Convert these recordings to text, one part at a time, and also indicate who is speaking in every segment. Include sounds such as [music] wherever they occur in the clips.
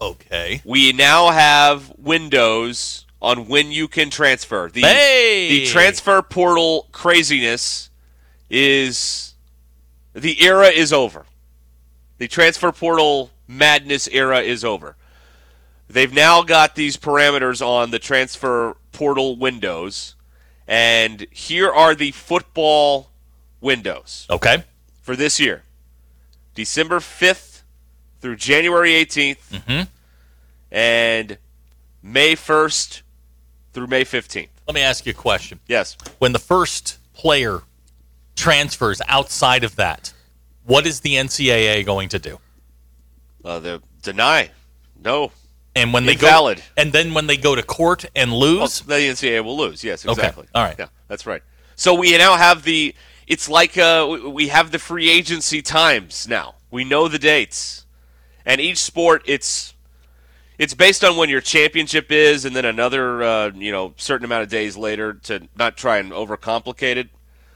Speaker 1: Okay.
Speaker 2: We now have windows on when you can transfer. The,
Speaker 1: Hey!
Speaker 2: the transfer portal craziness is. The era is over. The transfer portal madness era is over. They've now got these parameters on the transfer portal windows. And here are the football windows
Speaker 1: Okay.
Speaker 2: for this year December 5th through January 18th, and May 1st through May 15th.
Speaker 1: Let me ask you a question.
Speaker 2: Yes.
Speaker 1: When the first player transfers outside of that, what is the NCAA going to do?
Speaker 2: Uh, the deny. No.
Speaker 1: And when they
Speaker 2: Invalid.
Speaker 1: go and then when they go to court and
Speaker 2: Well,
Speaker 1: lose,
Speaker 2: Oh, the NCAA will lose. Yes,
Speaker 1: Okay.
Speaker 2: exactly.
Speaker 1: All right.
Speaker 2: Yeah, that's right. So we now have the. It's like uh, we- we have the free agency times now. We know the dates, and each sport it's it's based on when your championship is, and then another uh, you know certain amount of days later to not try and overcomplicate it.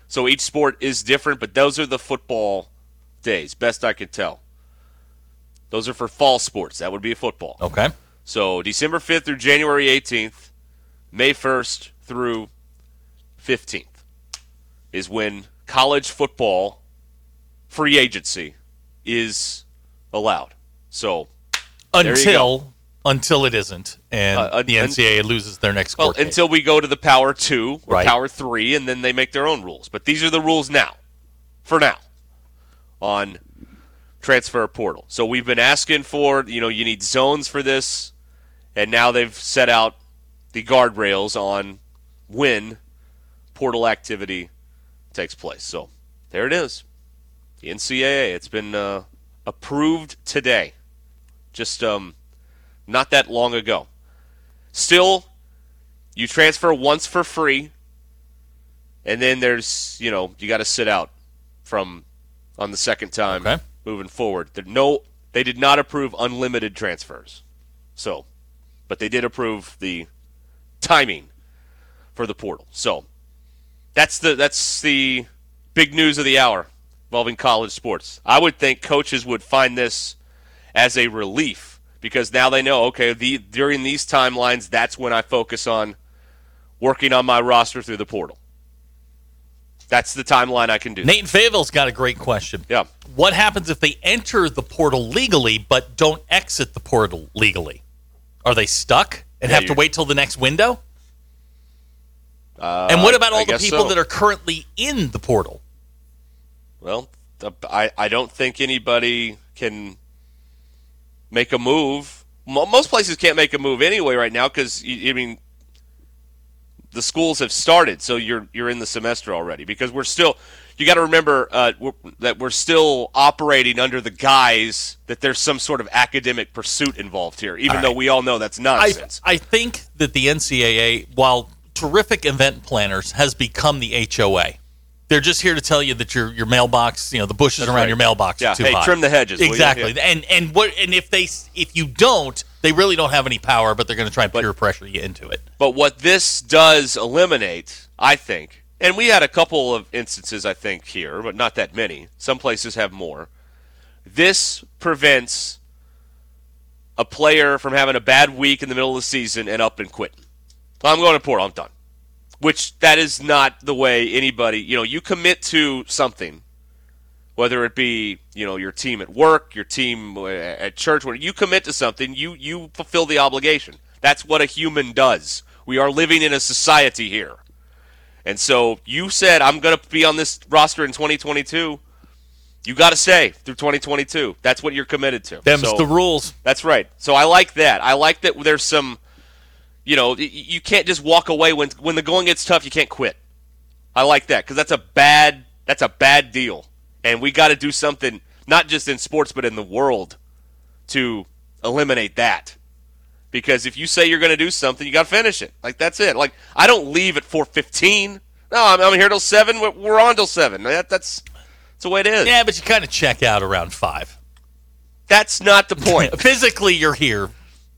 Speaker 2: So each sport is different, but those are the football days, best I could tell. Those are for fall sports. That would be football.
Speaker 1: okay.
Speaker 2: So December 5th through January 18th, May 1st through 15th is when college football free agency is allowed. So, you
Speaker 1: Until until it isn't and
Speaker 2: Uh, un-
Speaker 1: the
Speaker 2: un-
Speaker 1: NCAA loses their next
Speaker 2: well,
Speaker 1: court case.
Speaker 2: until we go to the Power 2 or
Speaker 1: Right.
Speaker 2: Power 3 and then they make their own rules. But these are the rules now. For now. On transfer portal. So we've been asking for, you know, you need zones for this, and now they've set out the guardrails on when portal activity takes place. So there it is. The NCAA. It's been uh, approved today, just um, not that long ago. Still, you transfer once for free, and then there's you know you got to sit out from on the second time
Speaker 1: Okay.
Speaker 2: moving forward. There no, they did not approve unlimited transfers. So, but they did approve the timing for the portal. So that's the that's the big news of the hour involving college sports. I would think coaches would find this as a relief because now they know okay the during these timelines that's when I focus on working on my roster through the portal. That's the timeline I can do.
Speaker 1: Nate Fayetteville's got a great question.
Speaker 2: Yeah.
Speaker 1: What happens if they enter the portal legally but don't exit the portal legally? Are they stuck and
Speaker 2: Yeah,
Speaker 1: have to
Speaker 2: you're-
Speaker 1: wait till the next window? and what about
Speaker 2: Uh, I
Speaker 1: all the
Speaker 2: guess
Speaker 1: people
Speaker 2: so.
Speaker 1: that are currently in the portal?
Speaker 2: Well, the- I, I don't think anybody can make a move. Mo- Most places can't make a move anyway right now because I mean the schools have started, so you're you're in the semester already because we're still. You got to remember uh, we're, that we're still operating under the guise that there's some sort of academic pursuit involved here, even though we all know that's
Speaker 1: I,
Speaker 2: nonsense.
Speaker 1: I think that the NCAA, while terrific event planners, has become the HOA. They're just here to tell you that your your mailbox, you know, the bushes around
Speaker 2: right.
Speaker 1: your mailbox
Speaker 2: Yeah,
Speaker 1: are too
Speaker 2: hey,
Speaker 1: high.
Speaker 2: trim the hedges, will you?
Speaker 1: Exactly. And and what and if they s- if you don't, they really don't have any power, but they're going to try and peer pressure you into it.
Speaker 2: But what this does eliminate, I think, and we had a couple of instances, I think, here, but not that many. Some places have more. This prevents a player from having a bad week in the middle of the season and up and quitting. I'm going to Portland. I'm done. Which that is not the way anybody, you know, you commit to something, whether it be, you know, your team at work, your team uh, at church, when you commit to something, you you fulfill the obligation. That's what a human does. We are living in a society here. And so you said I'm going to be on this roster in 2022. You got to stay through 2022. That's what you're committed to.
Speaker 1: Them's
Speaker 2: So-
Speaker 1: the rules.
Speaker 2: that's right. So I like that. I like that there's some, you know, y- y- you can't just walk away when when the going gets tough. You can't quit. I like that because that's a bad that's a bad deal, and we got to do something not just in sports but in the world to eliminate that. because if you say you're going to do something, you got to finish it. Like that's it. Like I don't leave at 4:15. No, I'm, I'm here till seven. We're, we're on till seven. That, that's that's the way it is.
Speaker 1: Yeah, but you kind of check out around five.
Speaker 2: That's not the point.
Speaker 1: [laughs] Physically, you're here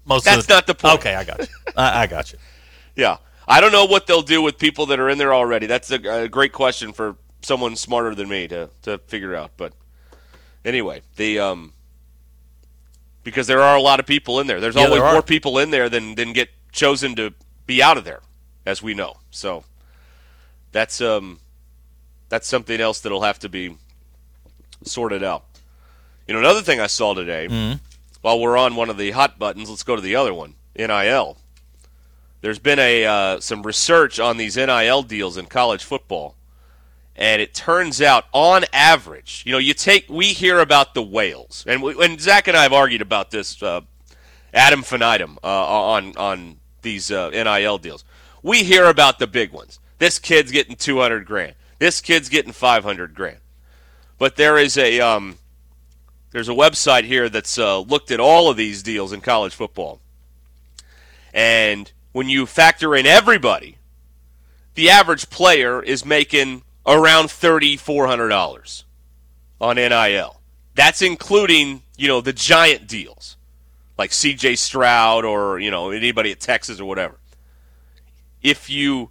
Speaker 1: most
Speaker 2: That's
Speaker 1: of the
Speaker 2: not the point.
Speaker 1: Okay, I got you. I, I got you.
Speaker 2: yeah, I don't know what they'll do with people that are in there already. That's a, a great question for someone smarter than me to to figure out. But anyway, the um. Because there are a lot of people in there. There's
Speaker 1: Yeah,
Speaker 2: always
Speaker 1: there are.
Speaker 2: more people in there than, than get chosen to be out of there, as we know. So that's um that's something else that'll have to be sorted out. You know, another thing I saw today,
Speaker 1: Mm-hmm.
Speaker 2: while we're on one of the hot buttons, let's go to the other one, NIL. There's been a uh, some research on these NIL deals in college football, and it turns out, on average, you know, you take we hear about the whales, and we, and Zach and I have argued about this uh, Adam finitum uh, on on these uh, NIL deals. We hear about the big ones. This kid's getting 200 grand. This kid's getting 500 grand. But there is a um, there's a website here that's uh, looked at all of these deals in college football, and when you factor in everybody, the average player is making around thirty four hundred dollars on NIL. That's including you know the giant deals like CJ Stroud or you know anybody at Texas or whatever. If you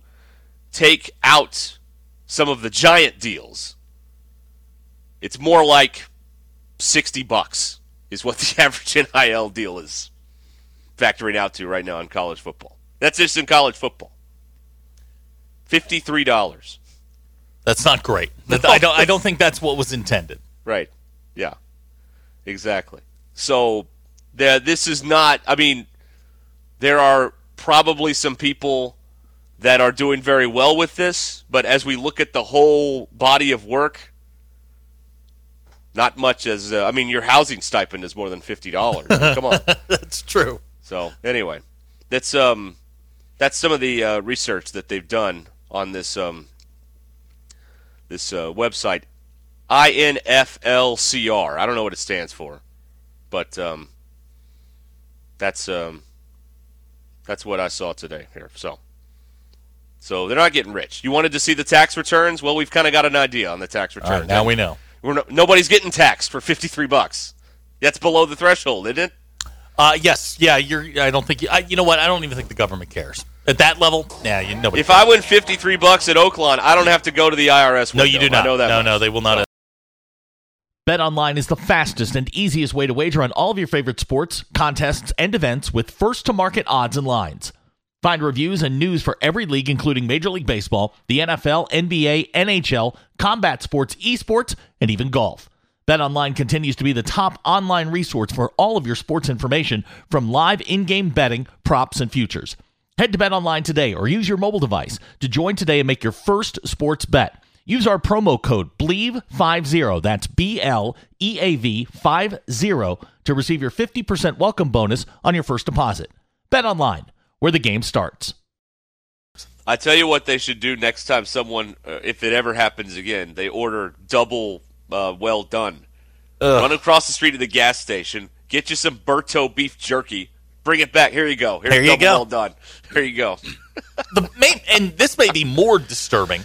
Speaker 2: take out some of the giant deals, it's more like 60 bucks is what the [laughs] average NIL deal is factoring out to right now in college football. That's just in college football. $53.
Speaker 1: That's not great. That- I don't. I don't think that's what
Speaker 2: [laughs]
Speaker 1: was intended.
Speaker 2: Right. Yeah. Exactly. So there this is not I mean there are probably some people that are doing very well with this, but as we look at the whole body of work not much as uh, I mean your housing stipend is more than $50. Come on.
Speaker 1: That's true.
Speaker 2: So anyway, that's um, that's some of the uh, research that they've done on this um, this uh, website, INFLCR. I don't know what it stands for, but um, that's um, that's what I saw today here. So. So they're not getting rich. You wanted to see the tax returns? Well, we've kind of got an idea on the tax
Speaker 1: All
Speaker 2: returns.
Speaker 1: right, now we know.
Speaker 2: We're no, nobody's getting taxed for fifty-three bucks. That's below the threshold, isn't it?
Speaker 1: Uh, yes. Yeah. You're. I don't think. You, I, you know what? I don't even think the government cares at that level. Yeah. You, nobody.
Speaker 2: If I win fifty-three bucks at Oakland, I don't have to go to the IRS.
Speaker 1: no, you
Speaker 2: window.
Speaker 1: do not.
Speaker 2: I know that.
Speaker 1: no,
Speaker 2: much.
Speaker 1: no, they will not.
Speaker 3: BetOnline is the fastest and easiest way to wager on all of your favorite sports, contests, and events with first to market odds and lines. Find reviews and news for every league, including Major League Baseball, the NFL, NBA, NHL, combat sports, esports, and even golf. BetOnline continues to be the top online resource for all of your sports information from live in game betting, props, and futures. Head to BetOnline today or use your mobile device to join today and make your first sports bet. Use our promo code BLEAV50, that's B L E A V 50, to receive your 50% welcome bonus on your first deposit. Bet online, where the game starts.
Speaker 2: I tell you what they should do next time someone, uh, if it ever happens again, they order double uh, well done. Run across the street to the gas station, get you some Berto beef jerky, bring it back. Here you go. Here's
Speaker 1: There you
Speaker 2: double
Speaker 1: go.
Speaker 2: well done. There you go.
Speaker 1: The main, and this may be more disturbing.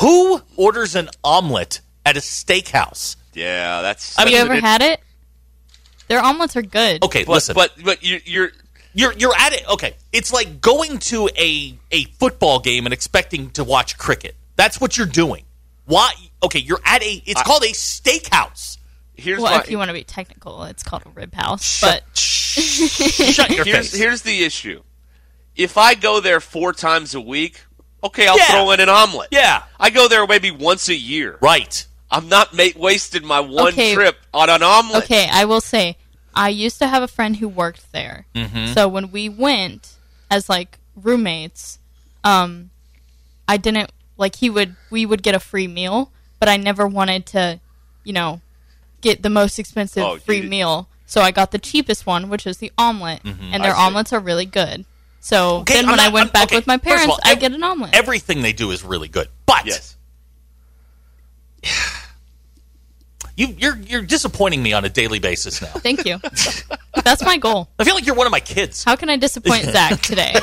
Speaker 1: Who orders an omelet at a steakhouse?
Speaker 2: Yeah, that's.
Speaker 1: I
Speaker 4: Have
Speaker 1: mean,
Speaker 4: you
Speaker 2: that's
Speaker 4: ever
Speaker 2: an-
Speaker 4: had it? Their omelets are good.
Speaker 1: Okay,
Speaker 2: But
Speaker 1: listen.
Speaker 2: but but you, you're
Speaker 1: You're you're at it. Okay, it's like going to a a football game and expecting to watch cricket. That's what you're doing. Why? Okay, you're at a. It's called a steakhouse.
Speaker 2: here's
Speaker 4: Well,
Speaker 2: my,
Speaker 4: if you want to be technical, it's called a rib house.
Speaker 1: Shut, sh- [laughs] shut your
Speaker 2: here's
Speaker 1: face.
Speaker 2: here's the issue. If I go there four times a week, okay, I'll
Speaker 1: Yeah.
Speaker 2: throw in an omelet.
Speaker 1: Yeah,
Speaker 2: I go there maybe once a year.
Speaker 1: right.
Speaker 2: I'm not ma- wasting my one
Speaker 4: Okay.
Speaker 2: trip on an omelet.
Speaker 4: But okay, I will say, I used to have a friend who worked there.
Speaker 1: Mm-hmm.
Speaker 4: So when we went as like roommates, um, I didn't like he would we would get a free meal, but I never wanted to, you know, get the most expensive
Speaker 2: Oh, you
Speaker 4: free
Speaker 2: did-
Speaker 4: meal. So I got the cheapest one, which is the omelet, and their
Speaker 2: I see.
Speaker 4: omelets are really good. So
Speaker 1: Mm-hmm. Okay,
Speaker 4: then
Speaker 1: I'm
Speaker 4: when I
Speaker 1: not-
Speaker 4: went
Speaker 1: I'm-
Speaker 4: back
Speaker 1: okay,
Speaker 4: with my
Speaker 1: first of
Speaker 4: parents,
Speaker 1: all,
Speaker 4: I
Speaker 1: ev-
Speaker 4: get an omelet.
Speaker 1: Everything they do is really good. But
Speaker 2: Yes.
Speaker 1: You, you're you're disappointing me on a daily basis now.
Speaker 4: Thank you. That's my goal.
Speaker 1: I feel like you're one of my kids.
Speaker 4: How can
Speaker 1: [laughs]
Speaker 4: I disappoint Zach today?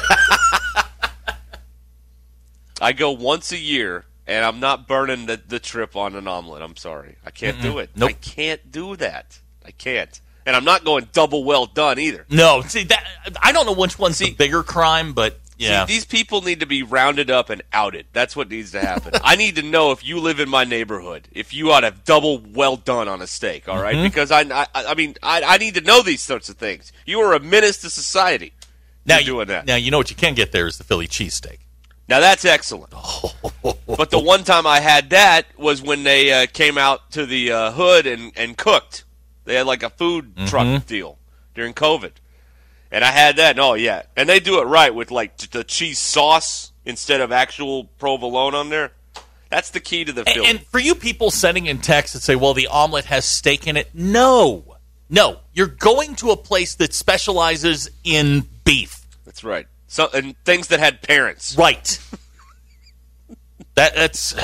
Speaker 2: I go once a year, and I'm not burning the, the trip on an omelet. I'm sorry, I can't do it.
Speaker 1: Nope.
Speaker 2: I can't do that. I can't, and I'm not going double well done either.
Speaker 1: No, see that I don't know which one's the bigger crime, but yeah,
Speaker 2: See, these people need to be rounded up and outed. That's what needs to happen. I need to know if you live in my neighborhood, if you ought to have double well done on a steak, all
Speaker 1: Mm-hmm.
Speaker 2: right? Because I, I, I mean, I, I need to know these sorts of things. You are a menace to society.
Speaker 1: now
Speaker 2: you're doing that.
Speaker 1: Now you know what you can get there is the Philly cheesesteak.
Speaker 2: Now that's excellent. but the one time I had that was when they uh, came out to the uh, hood and, and cooked. They had like a food truck deal during COVID, and I had that. And oh yeah, and they do it right with like t- the cheese sauce instead of actual provolone on there. That's the key to the
Speaker 1: And,
Speaker 2: film.
Speaker 1: and for you people sending in texts that say, "Well, the omelet has steak in it," no, no, you're going to a place that specializes in beef,
Speaker 2: that's right. So and things that had parents.
Speaker 1: right? that that's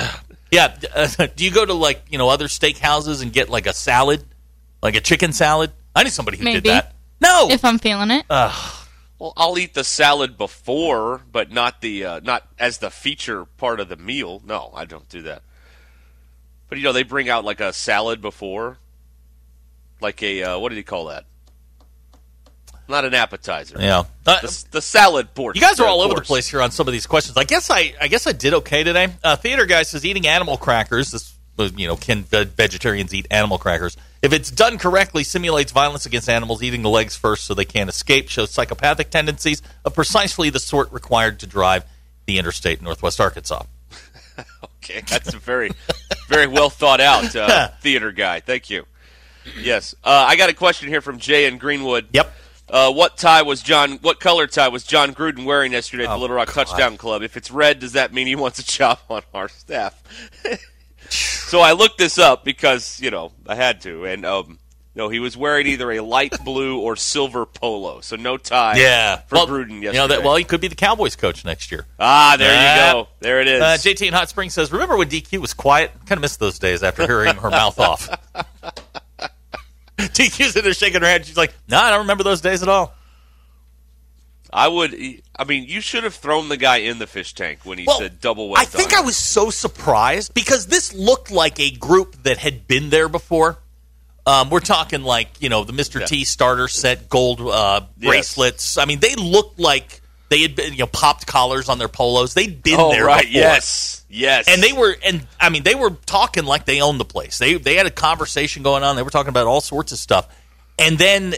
Speaker 1: yeah. Uh, [laughs] do you go to like you know other steak houses and get like a salad, like a chicken salad? I knew somebody who did
Speaker 4: Maybe.
Speaker 1: that. No,
Speaker 4: if I'm feeling it.
Speaker 1: Ah,
Speaker 2: Well, I'll eat the salad before, but not the uh, not as the feature part of the meal. No, I don't do that. But you know, they bring out like a salad before, like a uh, what do you call that? Not an appetizer.
Speaker 1: yeah. Uh,
Speaker 2: The, s- the salad portion.
Speaker 1: You guys are
Speaker 2: of
Speaker 1: all over the
Speaker 2: course.
Speaker 1: place here on some of these questions. I guess I, I guess I did okay today. Uh, theater guy says eating animal crackers. This, was, you know, can ve- vegetarians eat animal crackers? If it's done correctly, simulates violence against animals, eating the legs first so they can't escape. Shows psychopathic tendencies of precisely the sort required to drive the interstate in Northwest Arkansas.
Speaker 2: [laughs] Okay, that's a very, very well thought out
Speaker 1: [laughs]
Speaker 2: uh, theater guy. Thank you. Yes, uh, I got a question here from Jay in Greenwood.
Speaker 1: Yep.
Speaker 2: Uh, what tie was John? What color tie was John Gruden wearing yesterday
Speaker 1: Oh,
Speaker 2: at the Little Rock Touchdown Club? If it's red, does that mean he wants a job on our
Speaker 1: [laughs]
Speaker 2: staff? so I looked this up because you know I had to, and um, no, he was wearing either a light blue or silver polo, so no tie.
Speaker 1: Yeah,
Speaker 2: for
Speaker 1: well,
Speaker 2: Gruden yesterday.
Speaker 1: You know that. Well, he could be the Cowboys coach next year.
Speaker 2: ah, there
Speaker 1: Ah.
Speaker 2: you go. There it is.
Speaker 1: Uh, JT in Hot Springs says, "Remember when DQ was quiet? Kind of missed those days after hearing her
Speaker 2: [laughs]
Speaker 1: mouth off." DQ's in there shaking her head. She's like, "No, I don't remember those days at all."
Speaker 2: I would. I mean, you should have thrown the guy in the fish tank when he said double. Well
Speaker 1: I think I
Speaker 2: done.
Speaker 1: was so surprised because this looked like a group that had been there before. Um, we're talking like you know the Mr. T starter set, gold uh,
Speaker 2: Yes.
Speaker 1: bracelets. I mean, they looked like they had been you know popped collars on their polos. They'd been
Speaker 2: Oh
Speaker 1: there
Speaker 2: right.
Speaker 1: before.
Speaker 2: Yes. Yes.
Speaker 1: and they were and i mean they were talking like they owned the place they they had a conversation going on they were talking about all sorts of stuff and then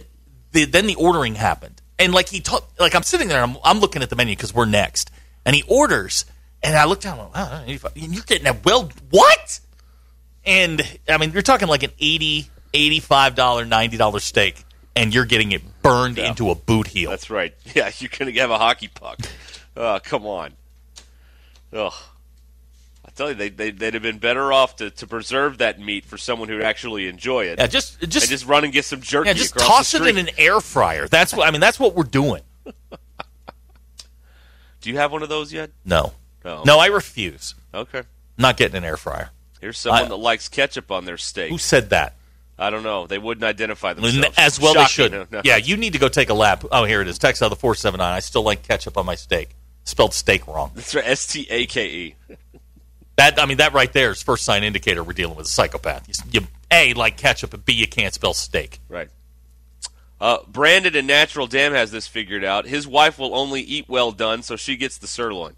Speaker 1: the then the ordering happened and like he talked like i'm sitting there and i'm, I'm looking at the menu because we're next and he orders and i look down like, wow, 85 and you're getting that well what and i mean you're talking like an 80 85 dollar 90 dollar steak and you're getting it burned into a boot heel
Speaker 2: That's right. [laughs] Yeah, you're gonna have a hockey puck. oh, come on. Ugh. I tell you, they, they they'd have been better off to, to preserve that meat for someone who'd actually enjoy it.
Speaker 1: yeah just
Speaker 2: and
Speaker 1: just
Speaker 2: just run and get some jerky.
Speaker 1: yeah, just
Speaker 2: across
Speaker 1: toss
Speaker 2: the
Speaker 1: it in
Speaker 2: street.
Speaker 1: an air fryer. That's what I mean. That's what we're doing.
Speaker 2: Do you have one of those yet?
Speaker 1: No.
Speaker 2: No.
Speaker 1: No, I refuse.
Speaker 2: Okay.
Speaker 1: I'm not getting an air fryer.
Speaker 2: Here's someone
Speaker 1: I-
Speaker 2: that likes ketchup on their steak.
Speaker 1: Who said that?
Speaker 2: I don't know. They wouldn't identify
Speaker 1: N-
Speaker 2: themselves.
Speaker 1: As well,
Speaker 2: Shocking.
Speaker 1: they should.
Speaker 2: [laughs] No, no.
Speaker 1: Yeah, you need to go take a lap. Oh, here it is. Text out of the 479. I still like ketchup on my steak. Spelled steak wrong.
Speaker 2: That's right. S T A K E.
Speaker 1: That I mean, that right there is first sign indicator we're dealing with a psychopath. You, s- you A, like ketchup, and B, you can't spell steak.
Speaker 2: Right. Uh, Brandon and Natural Dam has this figured out. His wife will only eat well done, so she gets the
Speaker 1: [sighs]
Speaker 2: sirloin.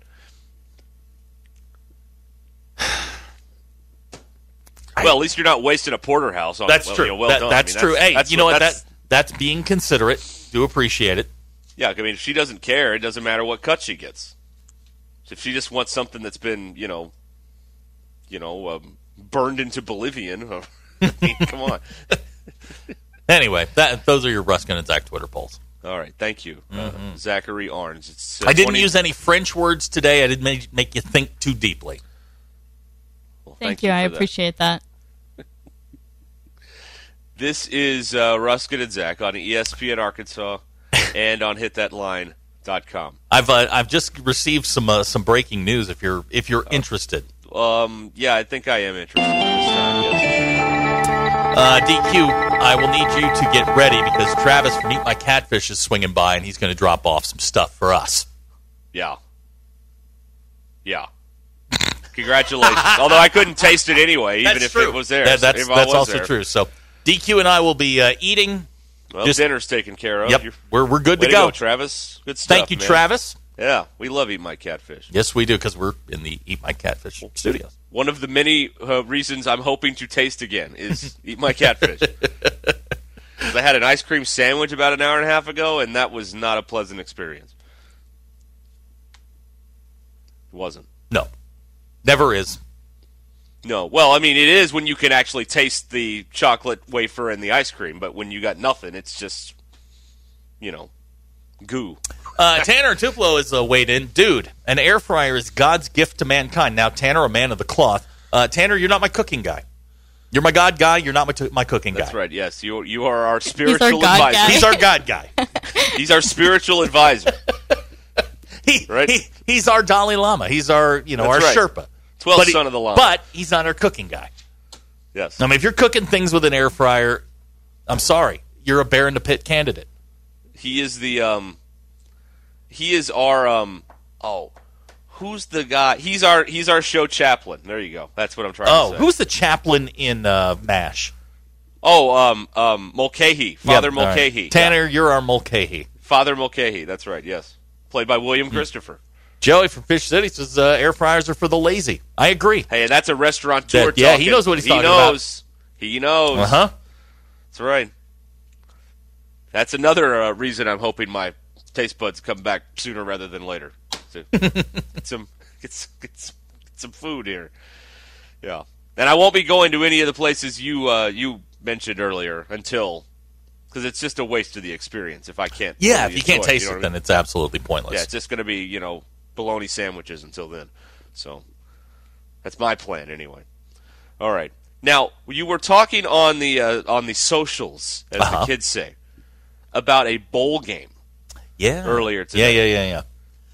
Speaker 2: well, at least you're not wasting a porterhouse on
Speaker 1: That's
Speaker 2: Oh, well,
Speaker 1: true.
Speaker 2: you know, well
Speaker 1: That-
Speaker 2: done. I
Speaker 1: that's
Speaker 2: mean,
Speaker 1: true. hey,
Speaker 2: that's
Speaker 1: you know what?
Speaker 2: That's,
Speaker 1: That, that's being considerate. Do appreciate it.
Speaker 2: yeah, I mean, if she doesn't care, it doesn't matter what cut she gets. If she just wants something that's been, you know, you know, um, burned into Bolivian, [laughs] I mean, come
Speaker 1: [laughs]
Speaker 2: on.
Speaker 1: Anyway, that those are your Ruskin and Zach Twitter polls.
Speaker 2: All right, thank you, uh, Zachary Arns. It's, uh,
Speaker 1: Mm-hmm. I didn't
Speaker 2: 20
Speaker 1: use any French words today. I didn't make, make you think too deeply.
Speaker 2: Well,
Speaker 4: Thank, you. I
Speaker 2: for that.
Speaker 4: appreciate that.
Speaker 2: This is uh, Ruskin and Zach on E ESPN
Speaker 1: [laughs]
Speaker 2: Arkansas and on hitthatline.com.
Speaker 1: I've uh, I've just received some uh, some breaking news. If you're if you're interested,
Speaker 2: Um, yeah, I think I am interested this time. Yes.
Speaker 1: Uh, DQ, I will need you to get ready because Travis from Eat My Catfish is swinging by and he's going to drop off some stuff for us.
Speaker 2: Yeah.
Speaker 1: [laughs]
Speaker 2: Yeah. Congratulations. Although I couldn't taste it anyway, even
Speaker 1: That's
Speaker 2: if
Speaker 1: true.
Speaker 2: it was there.
Speaker 1: That- that's
Speaker 2: if I
Speaker 1: that's
Speaker 2: was
Speaker 1: also
Speaker 2: there.
Speaker 1: true. So DQ and I will be uh, eating.
Speaker 2: Well,
Speaker 1: Just-
Speaker 2: dinner's taken care of.
Speaker 1: Yep,
Speaker 2: You're-
Speaker 1: we're, we're good
Speaker 2: way
Speaker 1: to go.
Speaker 2: Travis. Good stuff.
Speaker 1: Thank you,
Speaker 2: man.
Speaker 1: Travis.
Speaker 2: Yeah, we love eat my catfish.
Speaker 1: Yes, we do because we're in the Eat My Catfish studios.
Speaker 2: One of the many uh, reasons I'm hoping to taste again is eat my catfish. 'Cause I had an ice cream sandwich about an hour and a half ago, and that was not a pleasant experience. It wasn't.
Speaker 1: No, never is.
Speaker 2: No. Well, I mean, it is when you can actually taste the chocolate wafer and the ice cream, but when you got nothing, it's just, you know, goo.
Speaker 1: Uh, Tanner Tuplo is uh, weighed in. Dude, an air fryer is God's gift to mankind. Now, Tanner, a man of the cloth. Uh, Tanner, you're not my cooking guy. You're my God guy. You're not my, t- my cooking
Speaker 2: That's
Speaker 1: guy.
Speaker 2: right. Yes, you you are our spiritual
Speaker 4: God
Speaker 2: advisor.
Speaker 4: guy.
Speaker 1: He's our God guy.
Speaker 2: [laughs] He's our spiritual advisor.
Speaker 1: He,
Speaker 2: Right.
Speaker 1: he, he's our Dalai Lama. He's our, you know,
Speaker 2: That's
Speaker 1: our
Speaker 2: right.
Speaker 1: Sherpa.
Speaker 2: 12th
Speaker 1: But he-
Speaker 2: son of the Lama.
Speaker 1: But he's not our cooking guy.
Speaker 2: Yes.
Speaker 1: I mean, if you're cooking things with an air fryer, I'm sorry. You're a bear in the pit candidate.
Speaker 2: He is the um he is our um oh who's the guy he's our he's our show chaplain. There you go. That's what I'm trying
Speaker 1: Oh,
Speaker 2: to say.
Speaker 1: who's the chaplain in uh, MASH?
Speaker 2: oh, um um Mulcahy. Father
Speaker 1: Yeah, all right.
Speaker 2: Mulcahy.
Speaker 1: Tanner, you're our Mulcahy.
Speaker 2: Father Mulcahy, that's right, yes. Played by William
Speaker 1: Hmm.
Speaker 2: Christopher.
Speaker 1: Joey from Fish City says uh, air fryers are for the lazy. I agree.
Speaker 2: Hey, and that's a restaurateur
Speaker 1: That- yeah, he
Speaker 2: talking.
Speaker 1: knows what he's
Speaker 2: he
Speaker 1: talking about.
Speaker 2: knows. about. He knows.
Speaker 1: Uh huh.
Speaker 2: That's right. That's another uh, reason I'm hoping my taste buds come back sooner rather than later.
Speaker 1: [laughs]
Speaker 2: So, get some, get some, get some, get some food here. Yeah, and I won't be going to any of the places you uh, you mentioned earlier until because it's just a waste of the experience if I can't.
Speaker 1: Yeah,
Speaker 2: really
Speaker 1: if you can't
Speaker 2: enjoy
Speaker 1: taste
Speaker 2: you know what I
Speaker 1: it,
Speaker 2: mean?
Speaker 1: then it's absolutely pointless.
Speaker 2: yeah, it's just going to be you know bologna sandwiches until then. So that's my plan anyway. All right. Now you were talking on the uh, on the socials, as the kids say, about a bowl game.
Speaker 1: yeah.
Speaker 2: earlier
Speaker 1: Yeah,
Speaker 2: today.
Speaker 1: yeah, yeah, yeah.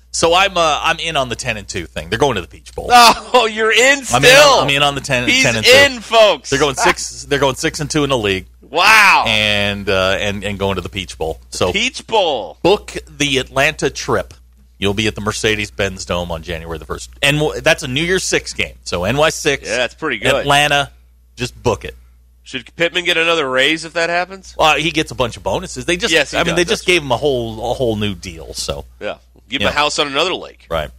Speaker 1: So I'm uh, I'm in on the ten and two thing. They're going to the Peach Bowl.
Speaker 2: [laughs] Oh, you're in still.
Speaker 1: I'm, in on, I'm in on the ten,
Speaker 2: He's
Speaker 1: 10 and
Speaker 2: in,
Speaker 1: two.
Speaker 2: folks.
Speaker 1: They're going six. They're going six and two in the league,
Speaker 2: Wow.
Speaker 1: and uh, and and going to the Peach Bowl. So
Speaker 2: Peach Bowl.
Speaker 1: book the Atlanta trip. You'll be at the Mercedes Benz Dome on January the first, and w- that's a New Year's Six game. So NY six.
Speaker 2: Yeah, that's pretty good.
Speaker 1: Atlanta, just book it.
Speaker 2: Should Pittman get another raise if that happens?
Speaker 1: Uh, he gets a bunch of bonuses. They just,
Speaker 2: Yes, he
Speaker 1: I
Speaker 2: does.
Speaker 1: mean, they just
Speaker 2: That's
Speaker 1: gave him a whole, a whole new deal. So
Speaker 2: Yeah. Give
Speaker 1: Yeah.
Speaker 2: him a house on another lake.
Speaker 1: right,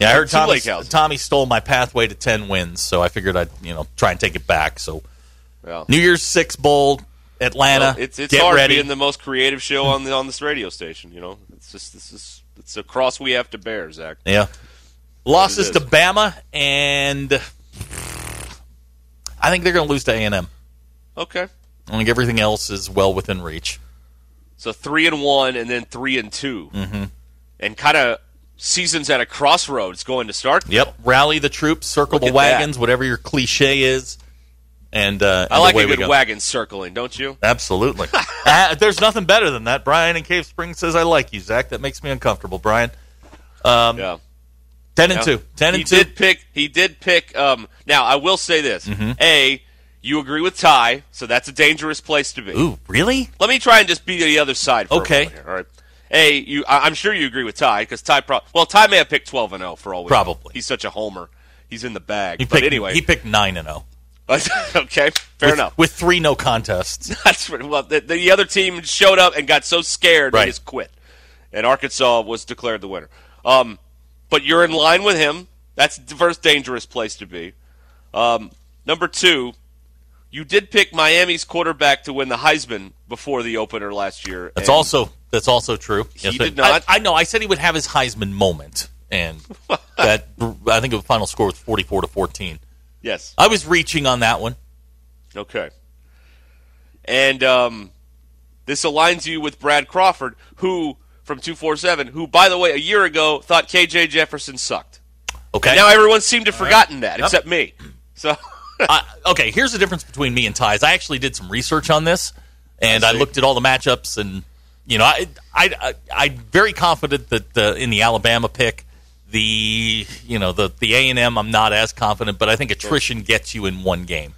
Speaker 1: yeah. I heard
Speaker 2: Two
Speaker 1: Tommy,
Speaker 2: lake houses.
Speaker 1: Tommy stole my pathway to ten wins, so I figured I'd, you know, try and take it back. So
Speaker 2: Yeah.
Speaker 1: New Year's Six Bowl, Atlanta.
Speaker 2: Well, it's it's
Speaker 1: get
Speaker 2: hard
Speaker 1: ready.
Speaker 2: being the most creative show on the on this radio station. You know, it's just this is it's a cross we have to bear, Zach.
Speaker 1: yeah, losses
Speaker 2: is.
Speaker 1: to Bama, and I think they're going to lose to A and M.
Speaker 2: Okay,
Speaker 1: I think everything else is well within reach.
Speaker 2: so three and one, and then three and 2
Speaker 1: Mm-hmm.
Speaker 2: and kind of seasons at a crossroads going to start.
Speaker 1: Yep, rally the troops, circle
Speaker 2: Look
Speaker 1: the
Speaker 2: at that.
Speaker 1: wagons, whatever your cliche is, and uh,
Speaker 2: I
Speaker 1: and
Speaker 2: like
Speaker 1: away
Speaker 2: a
Speaker 1: we
Speaker 2: good
Speaker 1: go.
Speaker 2: wagon circling, don't you? [laughs]
Speaker 1: Absolutely. Uh, there's nothing better than that. Brian in Cave Springs says, I like you, Zach. That makes me uncomfortable, Brian. Um,
Speaker 2: yeah.
Speaker 1: 10 and
Speaker 2: Yeah.
Speaker 1: 2. 10
Speaker 2: he
Speaker 1: and 2.
Speaker 2: did pick. He did pick. Um, now I will say this:
Speaker 1: Mm-hmm.
Speaker 2: a, you agree with Ty, so that's a dangerous place to be.
Speaker 1: Ooh, really?
Speaker 2: Let me try and just be the other side. For
Speaker 1: Okay.
Speaker 2: A moment here, all right. A, you. I, I'm sure you agree with Ty because Ty. Pro- well, Ty may have picked 12 and 0 for all we know.
Speaker 1: Probably.
Speaker 2: He's such a homer. He's in the bag.
Speaker 1: He
Speaker 2: but
Speaker 1: picked,
Speaker 2: anyway,
Speaker 1: he picked 9 and 0.
Speaker 2: [laughs] okay, fair
Speaker 1: With,
Speaker 2: enough. [laughs]
Speaker 1: with three no contests.
Speaker 2: That's what, well, the, the other team showed up and got so scared
Speaker 1: Right.
Speaker 2: they just quit, and Arkansas was declared the winner. Um, but you're in line with him. That's the first dangerous place to be. Um, number two, you did pick Miami's quarterback to win the Heisman before the opener last year.
Speaker 1: That's
Speaker 2: and-
Speaker 1: also that's also true. He
Speaker 2: did not.
Speaker 1: I, I know. I said he would have his Heisman moment,
Speaker 2: [laughs]
Speaker 1: and that I think the final score was 44 to 14.
Speaker 2: Yes.
Speaker 1: I was reaching on that one.
Speaker 2: Okay. And um, this aligns you with Brad Crawford, who from two four seven, who by the way a year ago thought KJ Jefferson sucked.
Speaker 1: Okay.
Speaker 2: Now everyone seemed to have forgotten that, except me. So
Speaker 1: I, okay, here's the difference between me and Ty's. I actually did some research on this, and I, looked at all the matchups, and you know, I, I, I, I'm very confident that the in the Alabama pick, the you know the the A and M, I'm not as confident, but I think attrition gets you in one game.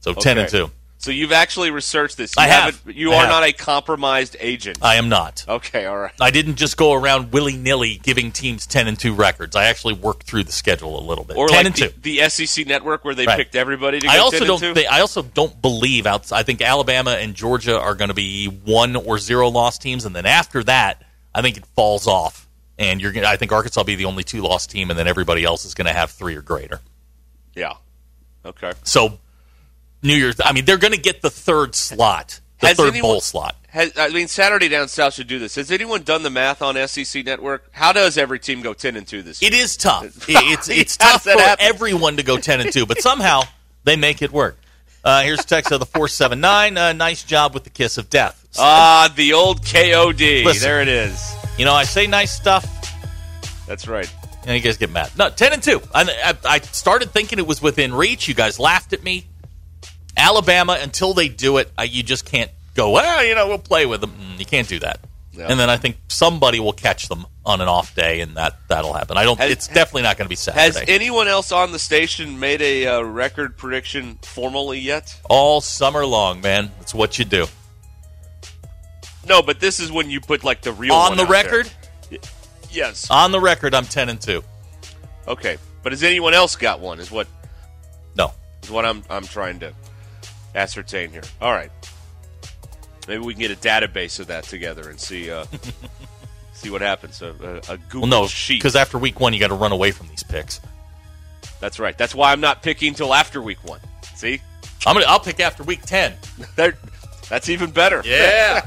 Speaker 1: So ten and
Speaker 2: Okay.
Speaker 1: two.
Speaker 2: So you've actually researched this. You
Speaker 1: I have.
Speaker 2: haven't- You
Speaker 1: I
Speaker 2: are
Speaker 1: have. Uh,
Speaker 2: not a compromised agent.
Speaker 1: I am not.
Speaker 2: okay, all right.
Speaker 1: I didn't just go around willy nilly giving teams ten and two records. I actually worked through the schedule a little bit.
Speaker 2: Or
Speaker 1: ten
Speaker 2: like
Speaker 1: and
Speaker 2: the,
Speaker 1: two.
Speaker 2: the SEC network where they
Speaker 1: Right.
Speaker 2: picked everybody to go
Speaker 1: I also
Speaker 2: 10
Speaker 1: don't.
Speaker 2: and 2?
Speaker 1: Think, I also don't believe. Out, I think Alabama and Georgia are going to be one or zero loss teams, and then after that, I think it falls off. And you're. gonna- I think Arkansas will be the only two loss team, and then everybody else is going to have three or greater.
Speaker 2: yeah. Okay.
Speaker 1: So New Year's. I mean, they're going to get the third slot, the
Speaker 2: Has
Speaker 1: third
Speaker 2: anyone-
Speaker 1: bowl slot.
Speaker 2: Has, I mean, Saturday Down South should do this. Has anyone done the math on SEC Network? How does every team go ten and two this year?
Speaker 1: It is tough. [laughs] It- It's
Speaker 2: [laughs]
Speaker 1: it's
Speaker 2: How
Speaker 1: tough
Speaker 2: does that
Speaker 1: for
Speaker 2: happen?
Speaker 1: everyone to go ten and two, but somehow they make it work. Uh, here's a text of the four seven nine. Uh, nice job with the kiss of death.
Speaker 2: [laughs] Ah, the old KOD.
Speaker 1: Listen.
Speaker 2: There it is.
Speaker 1: You know, I say nice stuff,
Speaker 2: That's right.
Speaker 1: and you guys get mad. No, ten and two. I, I, I started thinking it was within reach. You guys laughed at me. Alabama, until they do it, I, you just can't go. Well, you know, we'll play with them. Mm, You can't do that.
Speaker 2: No.
Speaker 1: And then I think somebody will catch them on an off day, and that that'll happen. I don't.
Speaker 2: Has-
Speaker 1: it's definitely not going to be
Speaker 2: Has
Speaker 1: Saturday.
Speaker 2: anyone else on the station made a uh, record prediction formally yet?
Speaker 1: all summer long, man. That's what you do.
Speaker 2: No, but this is when you put like the real
Speaker 1: On
Speaker 2: one
Speaker 1: the
Speaker 2: out there.
Speaker 1: record, Uh.
Speaker 2: Yes.
Speaker 1: on the record, I'm ten and two.
Speaker 2: Okay, but has anyone else got one? Is what
Speaker 1: No,
Speaker 2: is what I'm I'm trying to ascertain here. All right, maybe we can get a database of that together and see
Speaker 1: [laughs]
Speaker 2: uh, see what happens. A, a, a Google
Speaker 1: well, no,
Speaker 2: sheet.
Speaker 1: because after week one, you got to run away from these picks.
Speaker 2: That's right. That's why I'm not picking till after week one. See, [laughs]
Speaker 1: I'm gonna. I'll pick after week ten.
Speaker 2: there. That's even better.
Speaker 1: Yeah.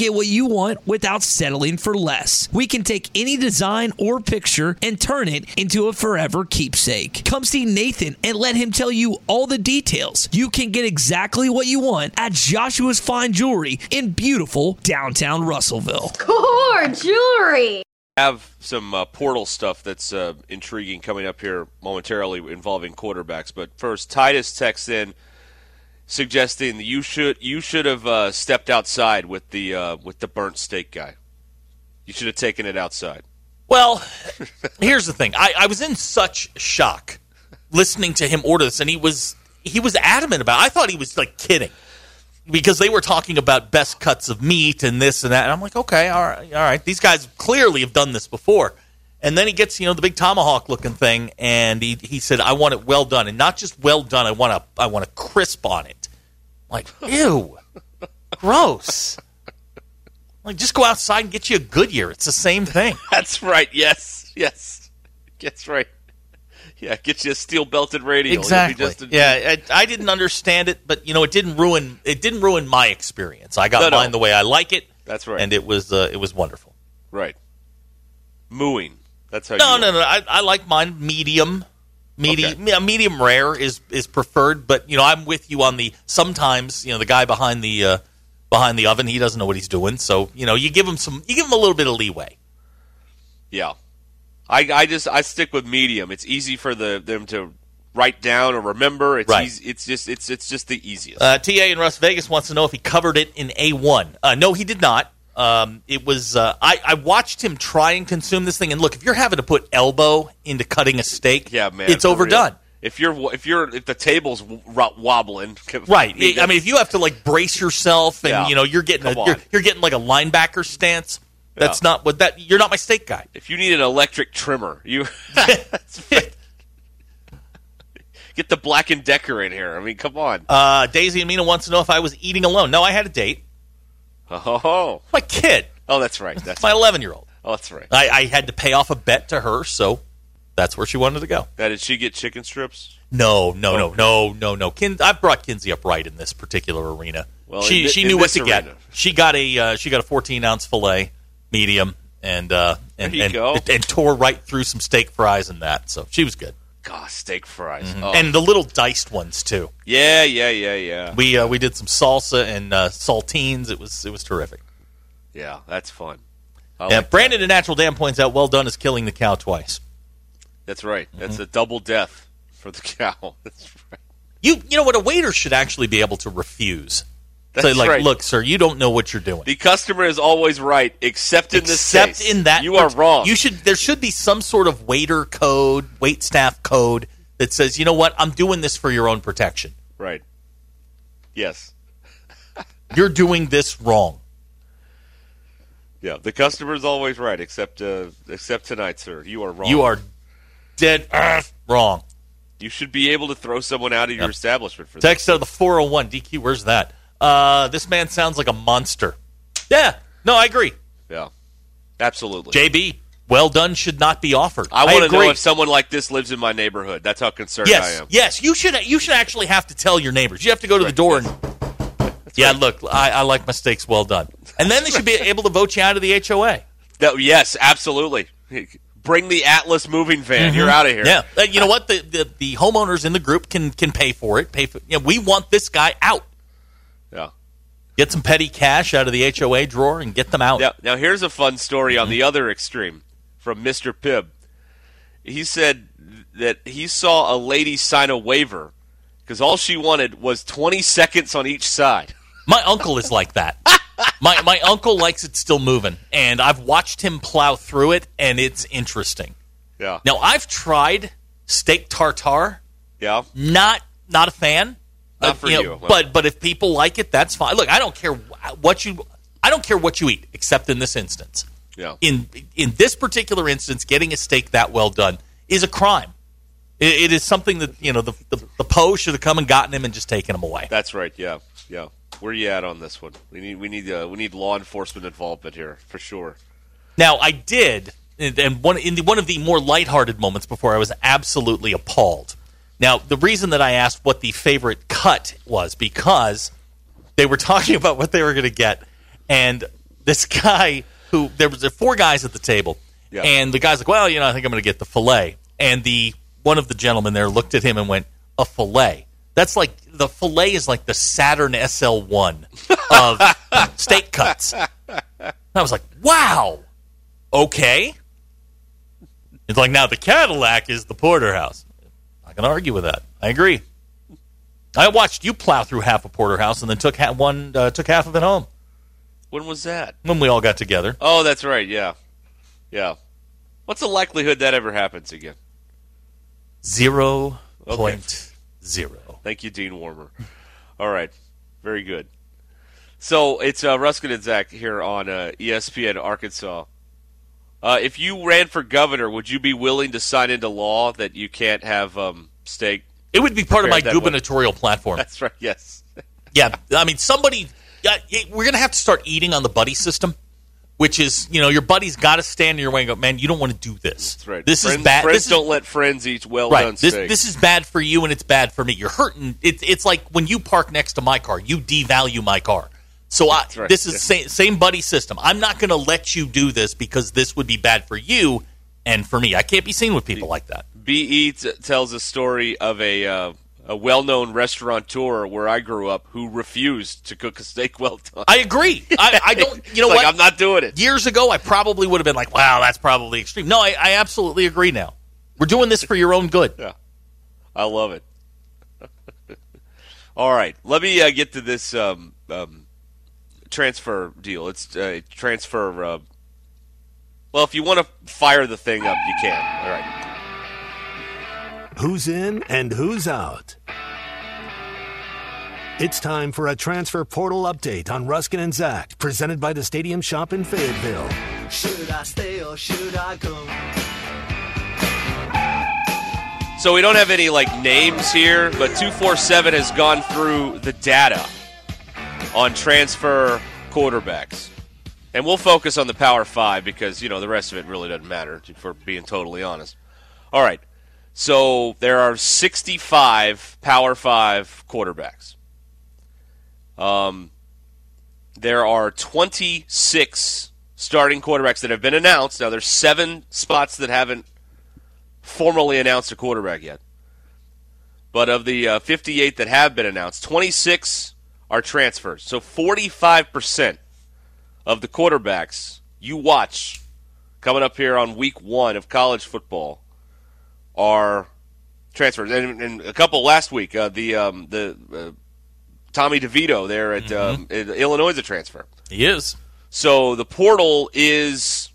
Speaker 5: get what you want without settling for less. We can take any design or picture and turn it into a forever keepsake. Come see Nathan and let him tell you all the details. You can get exactly what you want at Joshua's Fine Jewelry in beautiful downtown Russellville.
Speaker 6: Core jewelry.
Speaker 2: have some uh, portal stuff that's uh, intriguing coming up here momentarily involving quarterbacks. But first, Titus texts in suggesting that you should you should have uh, stepped outside with the uh, with the burnt steak guy. You should have taken it outside.
Speaker 1: Well, here's the thing. I, I was in such shock listening to him order this, and he was he was adamant about. It. I thought he was like kidding because they were talking about best cuts of meat and this and that, and I'm like, okay, all right, all right. These guys clearly have done this before. And then he gets you know the big tomahawk looking thing, and he, he said, I want it well done, and not just well done. I want a I want a crisp on it. I'm like ew, gross. Like just go outside and get you a Goodyear. It's the same thing.
Speaker 2: [laughs] That's right. Yes. Yes. That's right. Yeah, get you a steel belted radio. You'll be
Speaker 1: Exactly.
Speaker 2: just a-
Speaker 1: yeah, I, I didn't understand it, but you know, it didn't ruin it didn't ruin my experience. I got
Speaker 2: No, no.
Speaker 1: mine the way I like it.
Speaker 2: That's right.
Speaker 1: and it was uh, it was wonderful.
Speaker 2: Right. Mooing. That's how.
Speaker 1: No,
Speaker 2: you
Speaker 1: no, no. I, I like mine medium. Medium, yeah, medium rare is is preferred, but you know I'm with you on the sometimes you know the guy behind the uh, behind the oven he doesn't know what he's doing, so you know you give him some you give him a little bit of leeway.
Speaker 2: Yeah. I, I just I stick with medium. It's easy for the them to write down or remember. It's
Speaker 1: Right.
Speaker 2: easy, it's just it's it's just the easiest.
Speaker 1: Uh, TA in Las Vegas wants to know if he covered it in A1. Uh, no, he did not. Um, it was uh, I, I watched him try and consume this thing, and look, if you're having to put elbow into cutting a steak,
Speaker 2: yeah, man.
Speaker 1: it's
Speaker 2: for real.
Speaker 1: overdone.
Speaker 2: If you're if you're if the table's w- ro- wobbling, [laughs]
Speaker 1: Right. I mean, if you have to like brace yourself, and
Speaker 2: Yeah.
Speaker 1: you know you're getting a,
Speaker 2: Come
Speaker 1: you're,
Speaker 2: on.
Speaker 1: you're getting like a linebacker stance. That's not what that. You're not my steak guy. [laughs]
Speaker 2: if you need an electric trimmer, you [laughs] That's right. get the Black and Decker in here. I mean, come on.
Speaker 1: Uh, Daisy and Mina wants to know if I was eating alone. No, I had a date.
Speaker 2: [laughs] oh,
Speaker 1: My kid,
Speaker 2: oh, that's right. That's
Speaker 1: my 11 year old.
Speaker 2: oh, that's right.
Speaker 1: I, I had to pay off a bet to her, so that's where she wanted to go.
Speaker 2: Now, did she get chicken strips?
Speaker 1: No, no, no, no, no, no. Kin- I brought Kinsey up right in this particular arena.
Speaker 2: Well, in
Speaker 1: she
Speaker 2: thi-
Speaker 1: she
Speaker 2: in
Speaker 1: knew what
Speaker 2: this
Speaker 1: to get.
Speaker 2: arena.
Speaker 1: She got a uh, she got a 14 ounce fillet, medium, and uh, and
Speaker 2: There you
Speaker 1: and,
Speaker 2: go.
Speaker 1: and tore right through some steak fries and that. So she was good.
Speaker 2: gosh, steak fries. Oh.
Speaker 1: Mm-hmm. and the little diced ones too.
Speaker 2: yeah, yeah, yeah, yeah,
Speaker 1: We uh, we did some salsa and uh, saltines. It was it was terrific.
Speaker 2: yeah. That's fun. I
Speaker 1: yeah,
Speaker 2: like-
Speaker 1: Brandon and Natural Dam points out, well done is killing the cow twice.
Speaker 2: that's right. That's
Speaker 1: Mm-hmm.
Speaker 2: a double death for the [laughs] cow. That's right.
Speaker 1: You you know what? A waiter should actually be able to refuse.
Speaker 2: That's
Speaker 1: Say like,
Speaker 2: right.
Speaker 1: look, sir, you don't know what you're doing.
Speaker 2: The customer is always right, except in this
Speaker 1: Except
Speaker 2: case.
Speaker 1: in that,
Speaker 2: you are wrong.
Speaker 1: You should there should be some sort of waiter code, wait staff code that says, you know what, I'm doing this for your own protection.
Speaker 2: right. Yes.
Speaker 1: You're doing this wrong.
Speaker 2: Yeah. The customer is always right, except uh, except tonight, sir. You are wrong.
Speaker 1: You are dead ass wrong.
Speaker 2: You should be able to throw someone out of your establishment for that.
Speaker 1: Text out of the 401. DQ, where's that? Uh, this man sounds like a monster. Yeah, no, I agree.
Speaker 2: Yeah. Absolutely.
Speaker 1: JB, well done should not be offered.
Speaker 2: I want to
Speaker 1: agree.
Speaker 2: know if someone like this lives in my neighborhood. That's how concerned
Speaker 1: yes,
Speaker 2: I am.
Speaker 1: yes, you should. You should actually have to tell your neighbors. You have to go to the door and. yeah, look, I, I like my steaks well done, and then they should be able to vote you out of the HOA.
Speaker 2: That- yes, absolutely. Bring the Atlas moving van. You're out of here.
Speaker 1: Yeah, Uh, you know what? The, the the homeowners in the group can can pay for it. Pay for. You know, we want this guy out.
Speaker 2: Yeah.
Speaker 1: Get some petty cash out of the HOA drawer and get them out.
Speaker 2: Now, now here's a fun story on the other extreme from Mr. Pibb. He said that he saw a lady sign a waiver because all she wanted was 20 seconds on each side.
Speaker 1: My uncle is like that. my my uncle likes it still moving, and I've watched him plow through it, and it's interesting.
Speaker 2: Yeah.
Speaker 1: Now I've tried steak tartare,
Speaker 2: Yeah.
Speaker 1: not not a fan.
Speaker 2: Not
Speaker 1: Uh,
Speaker 2: for you.
Speaker 1: But but if people like it, that's fine. Look, I don't care wh- what you I don't care what you eat, except in this instance.
Speaker 2: Yeah.
Speaker 1: In in this particular instance, getting a steak that well done is a crime. It, it is something that you know the the, the Poe should have come and gotten him and just taken him away.
Speaker 2: That's right. Yeah. Yeah. Where you at on this one? We need we need uh, we need law enforcement involvement here for sure.
Speaker 1: Now I did, and and one in the, one of the more lighthearted moments before I was absolutely appalled. Now the reason that I asked what the favorite cut was because they were [laughs] talking about what they were going to get, and this guy who there was there were four guys at the table,
Speaker 2: Yeah.
Speaker 1: and the guy's like, well, you know, I think I'm going to get the fillet, and the one of the gentlemen there looked at him and went, a fillet. That's like the fillet is like the Saturn SL1 of steak cuts. And I was like, wow, okay. It's like, now the Cadillac is the porterhouse. Not going to argue with that. I agree. I watched you plow through half a porterhouse and then took ha- one, uh, took half of it home
Speaker 2: When was that?
Speaker 1: when we all got together.
Speaker 2: Oh, that's right. Yeah. Yeah. What's the likelihood that ever happens again?
Speaker 1: Zero
Speaker 2: Okay.
Speaker 1: point zero.
Speaker 2: Thank you, Dean Warmer. All right. Very good. So it's uh, Ruskin and Zach here on uh, ESPN Arkansas. Uh, if you ran for governor, would you be willing to sign into law that you can't have um, steak? [laughs]
Speaker 1: It would be part
Speaker 2: Prepared
Speaker 1: of my
Speaker 2: that way. [laughs]
Speaker 1: gubernatorial platform.
Speaker 2: That's right. Yes.
Speaker 1: Yeah, I mean, somebody. Yeah, y- we're gonna have to start eating on the buddy system, which is you know your buddy's got to stand in your way and go, man, you don't want to do this.
Speaker 2: That's right.
Speaker 1: This
Speaker 2: friends,
Speaker 1: is bad.
Speaker 2: Friends
Speaker 1: This is,
Speaker 2: don't let friends eat well
Speaker 1: right.
Speaker 2: done
Speaker 1: This
Speaker 2: steak.
Speaker 1: this is bad for you and it's bad for me. You're hurting. It's it's like when you park next to my car, you devalue my car. So I,
Speaker 2: right,
Speaker 1: this is
Speaker 2: yeah.
Speaker 1: same, same buddy system. I'm not gonna let you do this because this would be bad for you and for me. I can't be seen with people like that.
Speaker 2: BE E t- tells a story of a uh, a well-known restaurateur where I grew up who refused to cook a steak well done.
Speaker 1: I agree. I,
Speaker 2: [laughs]
Speaker 1: I don't. You know
Speaker 2: It's like,
Speaker 1: what?
Speaker 2: I'm not doing it.
Speaker 1: years ago, I probably would have been like, wow, that's probably extreme. No, I, I absolutely agree now. We're doing this for your own good.
Speaker 2: I love it. [laughs] All right, let me uh, get to this um, um, transfer deal. It's uh, transfer. Uh, well, if you want to fire the thing up, you can. All right.
Speaker 7: Who's in and who's out? It's time for a transfer portal update on Ruskin and Zach, presented by the Stadium Shop in Fayetteville.
Speaker 8: Should I stay or should I go?
Speaker 2: So we don't have any like names here, but 247 has gone through the data on transfer quarterbacks. And we'll focus on the Power 5 because, you know, the rest of it really doesn't matter if we're being totally honest. All right. So there are 65 Power 5 quarterbacks. Um there are 26 starting quarterbacks that have been announced. Now there's 7 spots that haven't formally announced a quarterback yet. But of the uh, 58 that have been announced, 26 are transfers. So 45% of the quarterbacks you watch coming up here on week one of college football are transfers. And, and a couple last week, uh, the um, the uh, Tommy DeVito there at um, in Illinois is a transfer.
Speaker 1: He is.
Speaker 2: So the portal is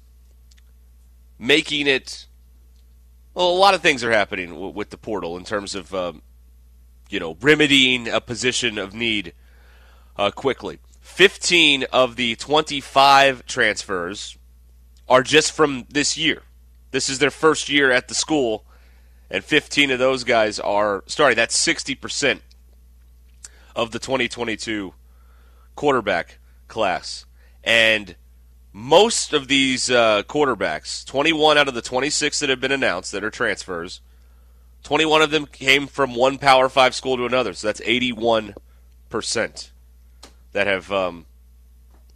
Speaker 2: making it. Well, a lot of things are happening w- with the portal in terms of, um, you know, remedying a position of need uh, quickly. 15 of the 25 transfers are just from this year. This is their first year at the school, and 15 of those guys are starting. That's 60% of the 2022 quarterback class. And most of these uh, quarterbacks, 21 out of the 26 that have been announced that are transfers, 21 of them came from one Power 5 school to another. So that's 81% that have um,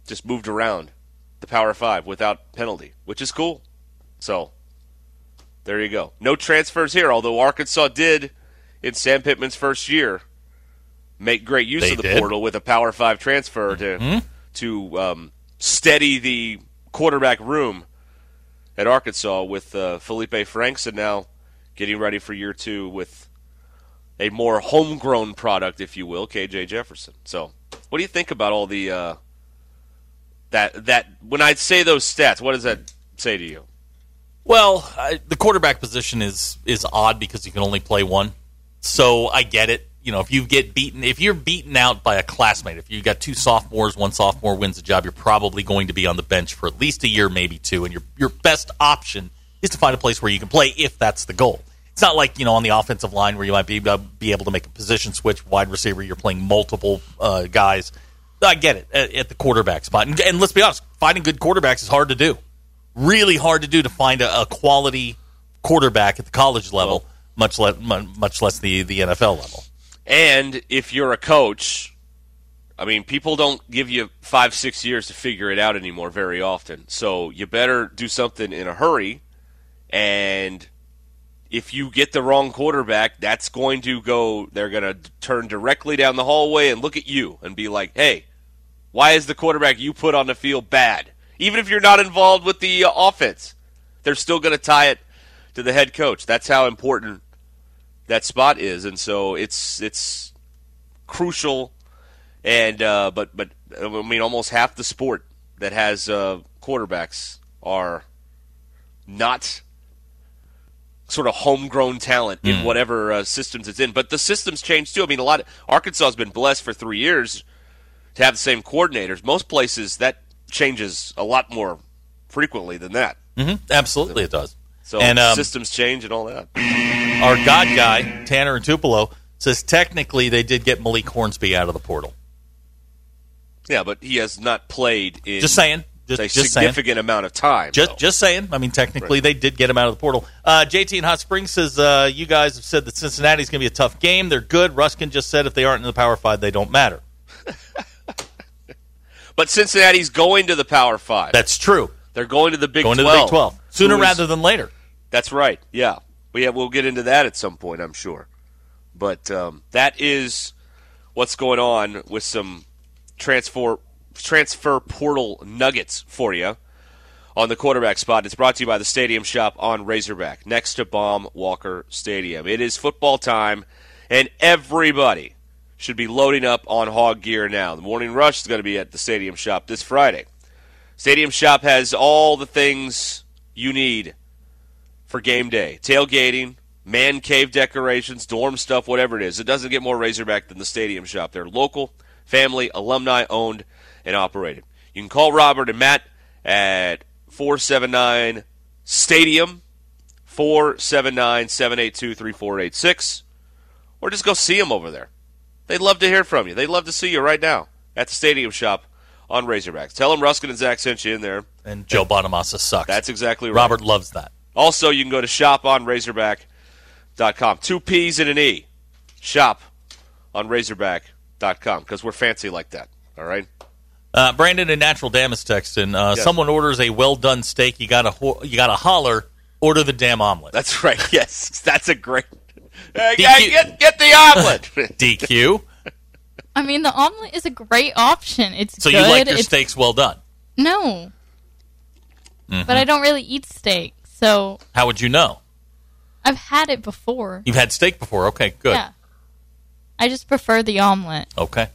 Speaker 2: just moved around the Power 5 without penalty, which is cool. So there you go. No transfers here, although Arkansas did in Sam Pittman's first year make great use
Speaker 1: They
Speaker 2: of the
Speaker 1: did. Mm-hmm.
Speaker 2: portal with a Power 5 transfer to to um, steady the quarterback room at Arkansas with uh, Felipe Franks and now getting ready for year 2 with a more homegrown product if you will, KJ Jefferson. So, what do you think about all the uh, that that when I say those stats, what does that say to you?
Speaker 1: Well, I, the quarterback position is is odd because you can only play one. So I get it. You know, if you get beaten, if you're beaten out by a classmate, if you got two sophomores, one sophomore wins the job, you're probably going to be on the bench for at least a year, maybe two. And your your best option is to find a place where you can play if that's the goal. It's not like you know on the offensive line where you might be uh, be able to make a position switch, wide receiver. You're playing multiple uh, guys. I get it at, at the quarterback spot, and, and let's be honest, finding good quarterbacks is hard to do really hard to do to find a, a quality quarterback at the college level, much less much less the the NFL level.
Speaker 2: And if you're a coach, I mean, people don't give you five, six years to figure it out anymore very often. So you better do something in a hurry. And if you get the wrong quarterback, that's going to go, they're going to turn directly down the hallway and look at you and be like, hey, why is the quarterback you put on the field bad? Even if you're not involved with the uh, offense, they're still going to tie it to the head coach. That's how important that spot is, and so it's it's crucial. And uh, but but I mean, almost half the sport that has uh, quarterbacks are not sort of homegrown talent
Speaker 1: Hmm.
Speaker 2: in whatever uh, systems it's in. But the systems change too. I mean, a lot. Of, Arkansas has been blessed for three years to have the same coordinators. Most places that changes a lot more frequently than that.
Speaker 1: Absolutely, it does.
Speaker 2: Mm-hmm. So
Speaker 1: Hmm. and um,
Speaker 2: systems change and all that.
Speaker 1: our God guy Tanner and Tupelo says technically they did get Malik Hornsby out of the portal.
Speaker 2: Yeah, but he has not played in
Speaker 1: Just saying. Just,
Speaker 2: a
Speaker 1: just saying.
Speaker 2: significant amount of time.
Speaker 1: Just,
Speaker 2: though.
Speaker 1: just saying. I mean, technically, they did get him out of the portal. Uh, JT in Hot Springs says, uh, "You guys have said that Cincinnati's going to be a tough game. They're good." Ruskin just said, "If they aren't in the Power Five, they don't matter."
Speaker 2: but Cincinnati's going to the Power Five.
Speaker 1: That's true.
Speaker 2: They're going to the Big
Speaker 1: Going to
Speaker 2: 12.
Speaker 1: the Big Twelve sooner
Speaker 2: Who is-
Speaker 1: rather than later.
Speaker 2: That's right. Yeah, we have, we'll get into that at some point, I'm sure. But um, that is what's going on with some transfer transfer portal nuggets for you on the quarterback spot. It's brought to you by the Stadium Shop on Razorback, next to Baum Walker Stadium. It is football time, and everybody should be loading up on hog gear now. The morning rush is going to be at the Stadium Shop this Friday. Stadium Shop has all the things you need for game day. Tailgating, man cave decorations, dorm stuff, whatever it is. It doesn't get more Razorback than the stadium shop. They're local, family, alumni owned, and operated. You can call Robert and Matt at 479 Stadium, 479 782 3486, or just go see them over there. They'd love to hear from you. They'd love to see you right now at the stadium shop on Razorbacks. Tell them Ruskin and Zach sent you in there.
Speaker 1: And Joe Bonamassa sucks.
Speaker 2: That's exactly right.
Speaker 1: Robert loves that.
Speaker 2: Also, you can go to shoponrazorback.com. Two P's and an E. Shop on razorback.com because we're fancy like that. All right?
Speaker 1: Uh, Brandon and Natural Dam is texting. Uh,
Speaker 2: Yes.
Speaker 1: Someone orders a well done steak. You got to ho- you got to holler. Order the damn omelet. [laughs]
Speaker 2: That's right. [laughs] Yes, that's a great. Hey,
Speaker 1: Did
Speaker 2: guy,
Speaker 1: you-
Speaker 2: get get the omelet. [laughs]
Speaker 1: DQ.
Speaker 4: I mean, the omelet is a great option. It's
Speaker 1: So you
Speaker 4: good.
Speaker 1: like your
Speaker 4: it's
Speaker 1: steaks well done?
Speaker 4: no,
Speaker 1: Mm-hmm.
Speaker 4: but I don't really eat steak, so
Speaker 1: How would you know?
Speaker 4: I've had it before.
Speaker 1: You've had steak before. Okay, good.
Speaker 4: Yeah, I just prefer the omelet.
Speaker 1: Okay.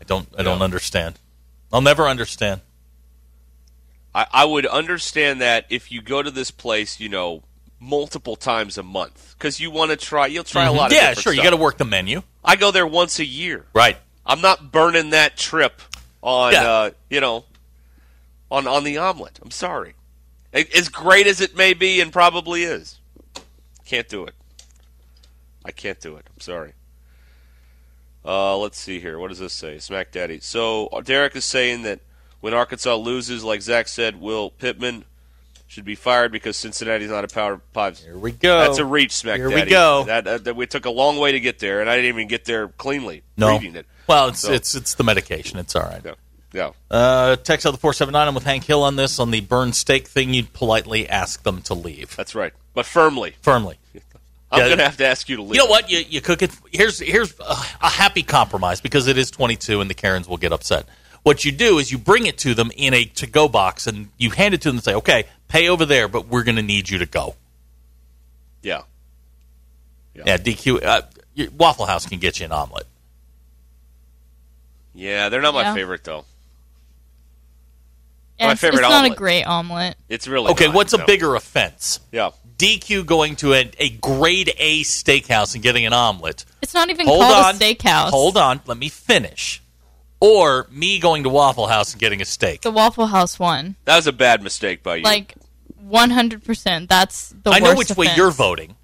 Speaker 1: I don't. I don't understand. I'll never understand.
Speaker 2: I, I would understand that if you go to this place, you know, multiple times a month because you want to try. You'll try a lot. of
Speaker 1: Mm-hmm. yeah,
Speaker 2: different
Speaker 1: sure. You
Speaker 2: stuff.
Speaker 1: got to work the menu.
Speaker 2: I go there once a year.
Speaker 1: Right.
Speaker 2: I'm not burning that trip on
Speaker 1: Yeah.
Speaker 2: uh, you know on on the omelet. I'm sorry. A- As great as it may be, and probably is, can't do it. I can't do it. I'm sorry. Uh, let's see here. What does this say? Smack Daddy. So uh, Derek is saying that when Arkansas loses, like Zach said, Will Pittman should be fired because Cincinnati's not a power five.
Speaker 1: Here we go.
Speaker 2: That's a reach, Smack
Speaker 1: Here we
Speaker 2: Daddy.
Speaker 1: go.
Speaker 2: That, that, that we took a long way to get there, and I didn't even get there cleanly.
Speaker 1: no.
Speaker 2: reading it.
Speaker 1: Well, it's
Speaker 2: So-
Speaker 1: it's it's the medication. It's all right.
Speaker 2: No, no.
Speaker 1: Uh, text out the four seven nine. I'm with Hank Hill on this on the burn steak thing. You'd politely ask them to leave
Speaker 2: That's right. But firmly.
Speaker 1: firmly.
Speaker 2: I'm
Speaker 1: Yeah.
Speaker 2: going to have to ask you to leave.
Speaker 1: You know what? You, you cook it. Here's here's a, a happy compromise because it is 22 and the Karens will get upset. What you do is you bring it to them in a to go box and you hand it to them and say, "Okay, pay over there, but we're going to need you to go."
Speaker 2: Yeah.
Speaker 1: Yeah, DQ uh, your Waffle House can get you an omelet.
Speaker 2: Yeah, they're not my
Speaker 4: Yeah.
Speaker 2: favorite, though.
Speaker 4: And
Speaker 2: My
Speaker 4: it's,
Speaker 2: favorite
Speaker 4: it's not a
Speaker 2: omelet.
Speaker 4: great omelet.
Speaker 2: It's really
Speaker 1: Okay,
Speaker 2: not,
Speaker 1: what's a
Speaker 2: no.
Speaker 1: bigger offense?
Speaker 2: Yeah.
Speaker 1: DQ going to a, a grade A steakhouse and getting an omelet.
Speaker 4: It's not even
Speaker 1: Hold
Speaker 4: called
Speaker 1: on.
Speaker 4: a steakhouse.
Speaker 1: Hold on, let me finish. Or me going to Waffle House and getting a steak.
Speaker 4: The Waffle House one,
Speaker 2: That was a bad mistake by you.
Speaker 4: like one hundred percent. That's the
Speaker 1: I know
Speaker 4: worst
Speaker 1: which way
Speaker 4: offense.
Speaker 1: you're voting.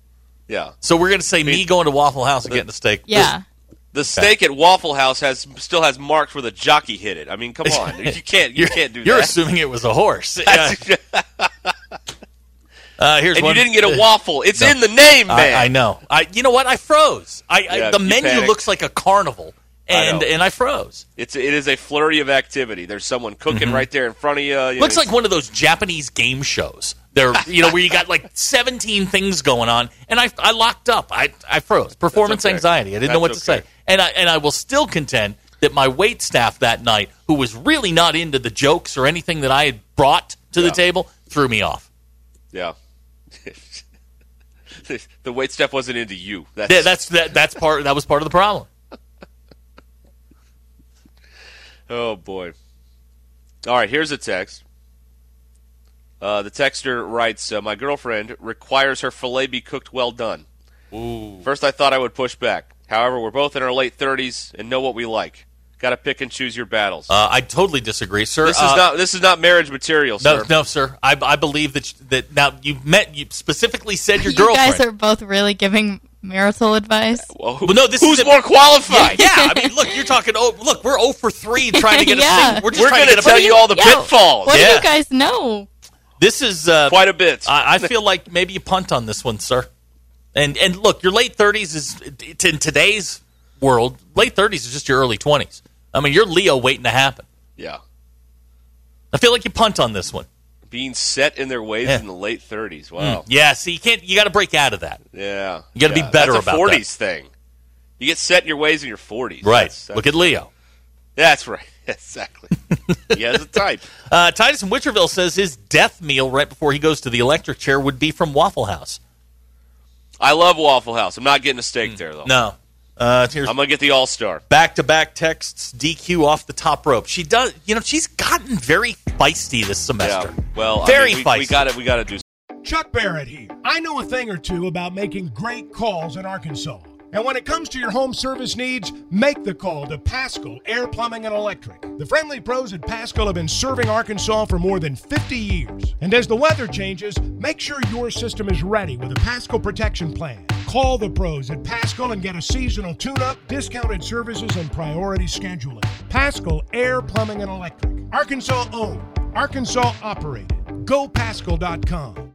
Speaker 2: yeah.
Speaker 1: So we're going to say me going to Waffle House and getting a steak.
Speaker 4: Yeah,
Speaker 2: The steak at Waffle House has still has marks where the jockey hit it. I mean, come on.
Speaker 1: [laughs]
Speaker 2: You can't you can't do
Speaker 1: You're
Speaker 2: that.
Speaker 1: assuming it was
Speaker 2: [laughs]
Speaker 1: a horse. Yeah. Uh, here's
Speaker 2: and you
Speaker 1: one.
Speaker 2: didn't get
Speaker 1: [laughs]
Speaker 2: a waffle. It's in the name, man.
Speaker 1: I, I know. I you know what? I froze. I, I
Speaker 2: Yeah,
Speaker 1: the
Speaker 2: you
Speaker 1: menu
Speaker 2: panicked.
Speaker 1: looks like a carnival, and
Speaker 2: know.
Speaker 1: and I froze.
Speaker 2: It's it is a flurry of activity. There's someone cooking right there in front of you. you know,
Speaker 1: Mm-hmm. Looks like one of those Japanese game shows. There, you know, where you got [laughs] like 17 things going on, and I, I locked up. I, I froze. Performance
Speaker 2: okay.
Speaker 1: anxiety. I didn't know what
Speaker 2: That's
Speaker 1: to
Speaker 2: okay.
Speaker 1: say, and I and I will still contend that my wait staff that night, who was really not into the jokes or anything that I had brought to the
Speaker 2: Yeah.
Speaker 1: table, threw me off.
Speaker 2: Yeah. [laughs] the wait step wasn't into you. That's,
Speaker 1: Yeah, that's that, that's part. That was part of the problem.
Speaker 2: Oh boy. All right, here's a text. Uh, the texter writes, uh, "My girlfriend requires her fillet be cooked well done." Ooh. First, I thought I would push back. However, we're both in our late 30s and know what we like. Got to pick and choose your battles.
Speaker 1: Uh, I totally disagree, sir.
Speaker 2: this
Speaker 1: Uh,
Speaker 2: is not this is not marriage material,
Speaker 1: No,
Speaker 2: sir.
Speaker 1: no, sir. I, I believe that that now you met you specifically said
Speaker 2: [laughs]
Speaker 1: your
Speaker 4: you
Speaker 1: girlfriend.
Speaker 4: guys are both really giving marital advice.
Speaker 2: Well, who-
Speaker 1: Well, no, this
Speaker 2: who's
Speaker 1: is a-
Speaker 2: more qualified?
Speaker 1: [laughs] yeah, I mean, look, you're talking. Oh, look, we're 0 for three trying to get a
Speaker 4: Yeah.
Speaker 1: thing. We're just
Speaker 2: We're
Speaker 1: trying
Speaker 2: going to
Speaker 1: to get a
Speaker 2: tell
Speaker 1: thing.
Speaker 2: you all the
Speaker 4: Yeah,
Speaker 2: pitfalls.
Speaker 4: What do
Speaker 1: Yeah.
Speaker 4: you guys know?
Speaker 1: This is
Speaker 2: [laughs]
Speaker 1: uh,
Speaker 2: Quite a bit.
Speaker 1: I, I feel like maybe you punt on this one, sir. And and look, your late 30s is it's in today's world. Late 30s is just your early 20s. I mean, you're Leo waiting to happen.
Speaker 2: yeah.
Speaker 1: I feel like you punt on this one.
Speaker 2: Being set in their ways
Speaker 1: Yeah. Hmm.
Speaker 2: in the late 30s. Wow.
Speaker 1: Yeah, see, you can't. You got to break out of that.
Speaker 2: Yeah.
Speaker 1: You gotta be
Speaker 2: Yeah,
Speaker 1: better
Speaker 2: that's
Speaker 1: about
Speaker 2: a
Speaker 1: that.
Speaker 2: 40s thing. You get set in your ways in your 40s.
Speaker 1: Right.
Speaker 2: That's- that's-
Speaker 1: Look at Leo.
Speaker 2: That's right. [laughs] Exactly. he has a type.
Speaker 1: Uh, Titus in Witcherville says his death meal right before he goes to the electric chair would be from Waffle House.
Speaker 2: I love Waffle House. I'm not getting a steak there though.
Speaker 1: Hmm. No. Uh, here's
Speaker 2: I'm gonna get the All Star.
Speaker 1: back to back texts, DQ off the top rope. She does, you know, she's gotten very feisty this
Speaker 2: Yeah.
Speaker 1: semester.
Speaker 2: Well,
Speaker 1: very
Speaker 2: I mean,
Speaker 1: feisty.
Speaker 2: we, we got to We got to do.
Speaker 9: Chuck Barrett here. I know a thing or two about making great calls in Arkansas. And when it comes to your home service needs, make the call to Pascal Air Plumbing and Electric. The friendly pros at Pascal have been serving Arkansas for more than 50 years. And as the weather changes, make sure your system is ready with a Pascal protection plan. Call the pros at Pascal and get a seasonal tune up, discounted services, and priority scheduling. Pascal Air Plumbing and Electric. Arkansas owned, Arkansas operated. GoPascal.com.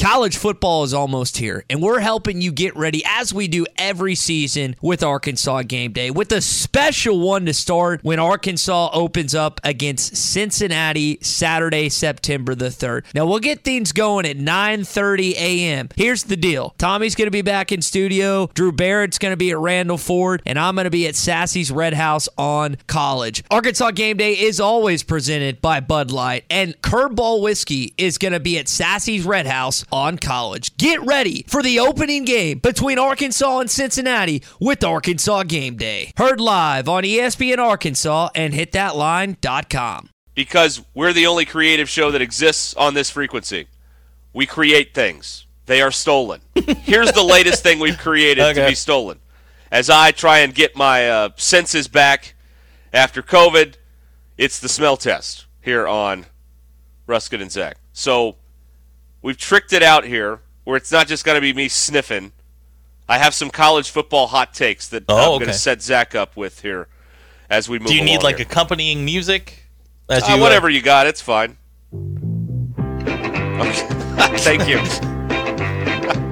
Speaker 5: College football is almost here, and we're helping you get ready as we do every season with Arkansas Game Day, with a special one to start when Arkansas opens up against Cincinnati Saturday, September the 3rd. Now, we'll get things going at 9.30 a.m. Here's the deal. Tommy's going to be back in studio. Drew Barrett's going to be at Randall Ford, and I'm going to be at Sassy's Red House on college. Arkansas Game Day is always presented by Bud Light, and Curveball Whiskey is going to be at Sassy's Red House on college. Get ready for the opening game between Arkansas and Cincinnati with Arkansas Game Day. Heard live on E ESPN Arkansas and hitthatline.com.
Speaker 2: because we're the only creative show that exists on this frequency. We create things. They are stolen.
Speaker 1: [laughs]
Speaker 2: Here's the latest thing we've created to be stolen. As I try and get my uh, senses back after COVID, it's the smell test here on Ruskin and Zach. So we've tricked it out here where it's not just going to be me sniffing. I have some college football hot takes that I'm
Speaker 1: Oh,
Speaker 2: going
Speaker 1: okay.
Speaker 2: to set Zach up with here as we move.
Speaker 1: Do you need
Speaker 2: along
Speaker 1: like
Speaker 2: here.
Speaker 1: accompanying music? As
Speaker 2: Ah,
Speaker 1: you, uh,
Speaker 2: whatever you got, it's fine. Okay. [laughs] Thank you.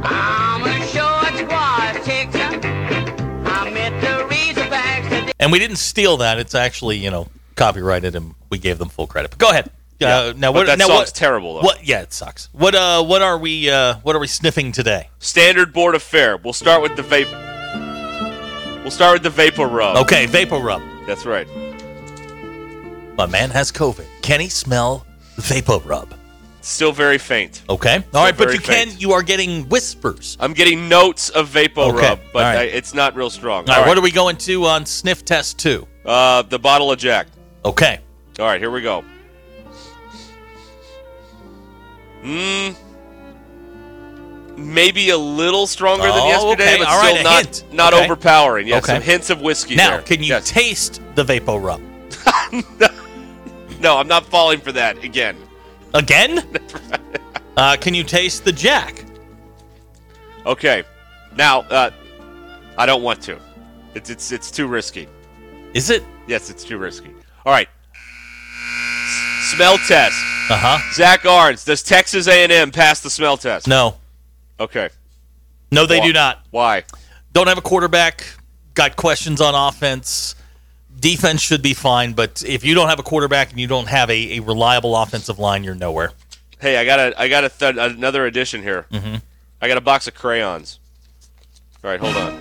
Speaker 8: I'm a short squad kicker. I met the Razorbacks today.
Speaker 1: and we didn't steal that. It's actually you know copyrighted, and we gave them full credit. But go ahead. Uh, now what?
Speaker 2: but that
Speaker 1: now
Speaker 2: song's
Speaker 1: what-
Speaker 2: terrible. Though.
Speaker 1: What? Yeah, it sucks. What? Uh, what are we? Uh, what are we sniffing today?
Speaker 2: Standard board affair. We'll start with the vape. We'll start with the vapor rub.
Speaker 1: Okay, vapor rub.
Speaker 2: That's right.
Speaker 1: My man has COVID. Can he smell vapor rub?
Speaker 2: Still very faint.
Speaker 1: Okay. All right, but
Speaker 2: very
Speaker 1: you can.
Speaker 2: faint.
Speaker 1: You are getting whispers.
Speaker 2: I'm getting notes of vapor
Speaker 1: Okay.
Speaker 2: rub, but
Speaker 1: All right.
Speaker 2: I, it's not real strong.
Speaker 1: All right, What are we going to on sniff test two?
Speaker 2: uh, the bottle of Jack.
Speaker 1: Okay.
Speaker 2: All right, here we go. Mm, maybe a little stronger than
Speaker 1: Oh,
Speaker 2: yesterday,
Speaker 1: okay.
Speaker 2: but
Speaker 1: All
Speaker 2: still
Speaker 1: right, a
Speaker 2: not
Speaker 1: hint.
Speaker 2: not
Speaker 1: Okay.
Speaker 2: overpowering. Yeah,
Speaker 1: Okay.
Speaker 2: some hints of whiskey
Speaker 1: now,
Speaker 2: there.
Speaker 1: can you
Speaker 2: Yes.
Speaker 1: taste the vapor rub
Speaker 2: no, I'm not falling for that again. [laughs]
Speaker 1: again? uh, can you taste the Jack?
Speaker 2: Okay, now uh, I don't want to. It's it's it's too risky.
Speaker 1: Is it?
Speaker 2: Yes, it's too risky. All right, S- smell test.
Speaker 1: Uh huh.
Speaker 2: Zach Arns, does Texas A&M pass the smell test?
Speaker 1: No.
Speaker 2: Okay.
Speaker 1: No, they
Speaker 2: Why-
Speaker 1: do not.
Speaker 2: Why?
Speaker 1: Don't have a quarterback. Got questions on offense. Defense should be fine, but if you don't have a quarterback and you don't have a, a reliable offensive line, you're nowhere.
Speaker 2: Hey, I got a, I got a th- another addition here. Mm-hmm. I got a box of crayons. All right, hold on.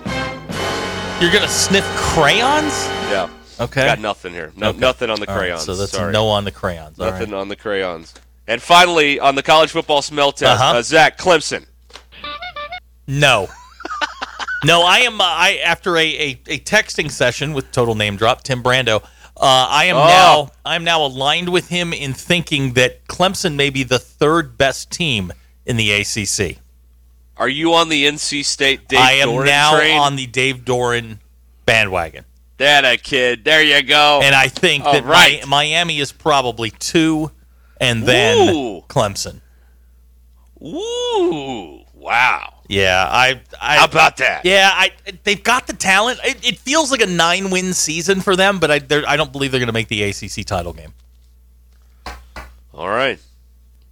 Speaker 1: You're gonna sniff crayons?
Speaker 2: Yeah,
Speaker 1: Okay.
Speaker 2: got nothing here. No,
Speaker 1: Okay.
Speaker 2: Nothing on the
Speaker 1: All right,
Speaker 2: crayons.
Speaker 1: so that's
Speaker 2: Sorry.
Speaker 1: no on the crayons. All
Speaker 2: nothing
Speaker 1: right.
Speaker 2: on the crayons. And finally, on the college football smell test,
Speaker 1: Uh-huh.
Speaker 2: uh, Zach Clemson.
Speaker 1: No. no, I am. Uh, I after a, a a texting session with total name drop Tim Brando. Uh, I am
Speaker 2: Oh.
Speaker 1: now I am now aligned with him in thinking that Clemson may be the third best team in the ACC.
Speaker 2: Are you on the NC State Dave
Speaker 1: I am
Speaker 2: Doran
Speaker 1: now
Speaker 2: train?
Speaker 1: on the Dave Doran bandwagon,
Speaker 2: that a kid. There you go.
Speaker 1: and I think
Speaker 2: Oh. All
Speaker 1: that Mi-
Speaker 2: right.
Speaker 1: Miami is probably two, and then
Speaker 2: Ooh.
Speaker 1: Clemson.
Speaker 2: Ooh, wow.
Speaker 1: Yeah, I. I
Speaker 2: How about that?
Speaker 1: Yeah, I they've got the talent. It, it feels like a nine win season for them, but I they're- I don't believe they're going to make the ACC title game.
Speaker 2: All right.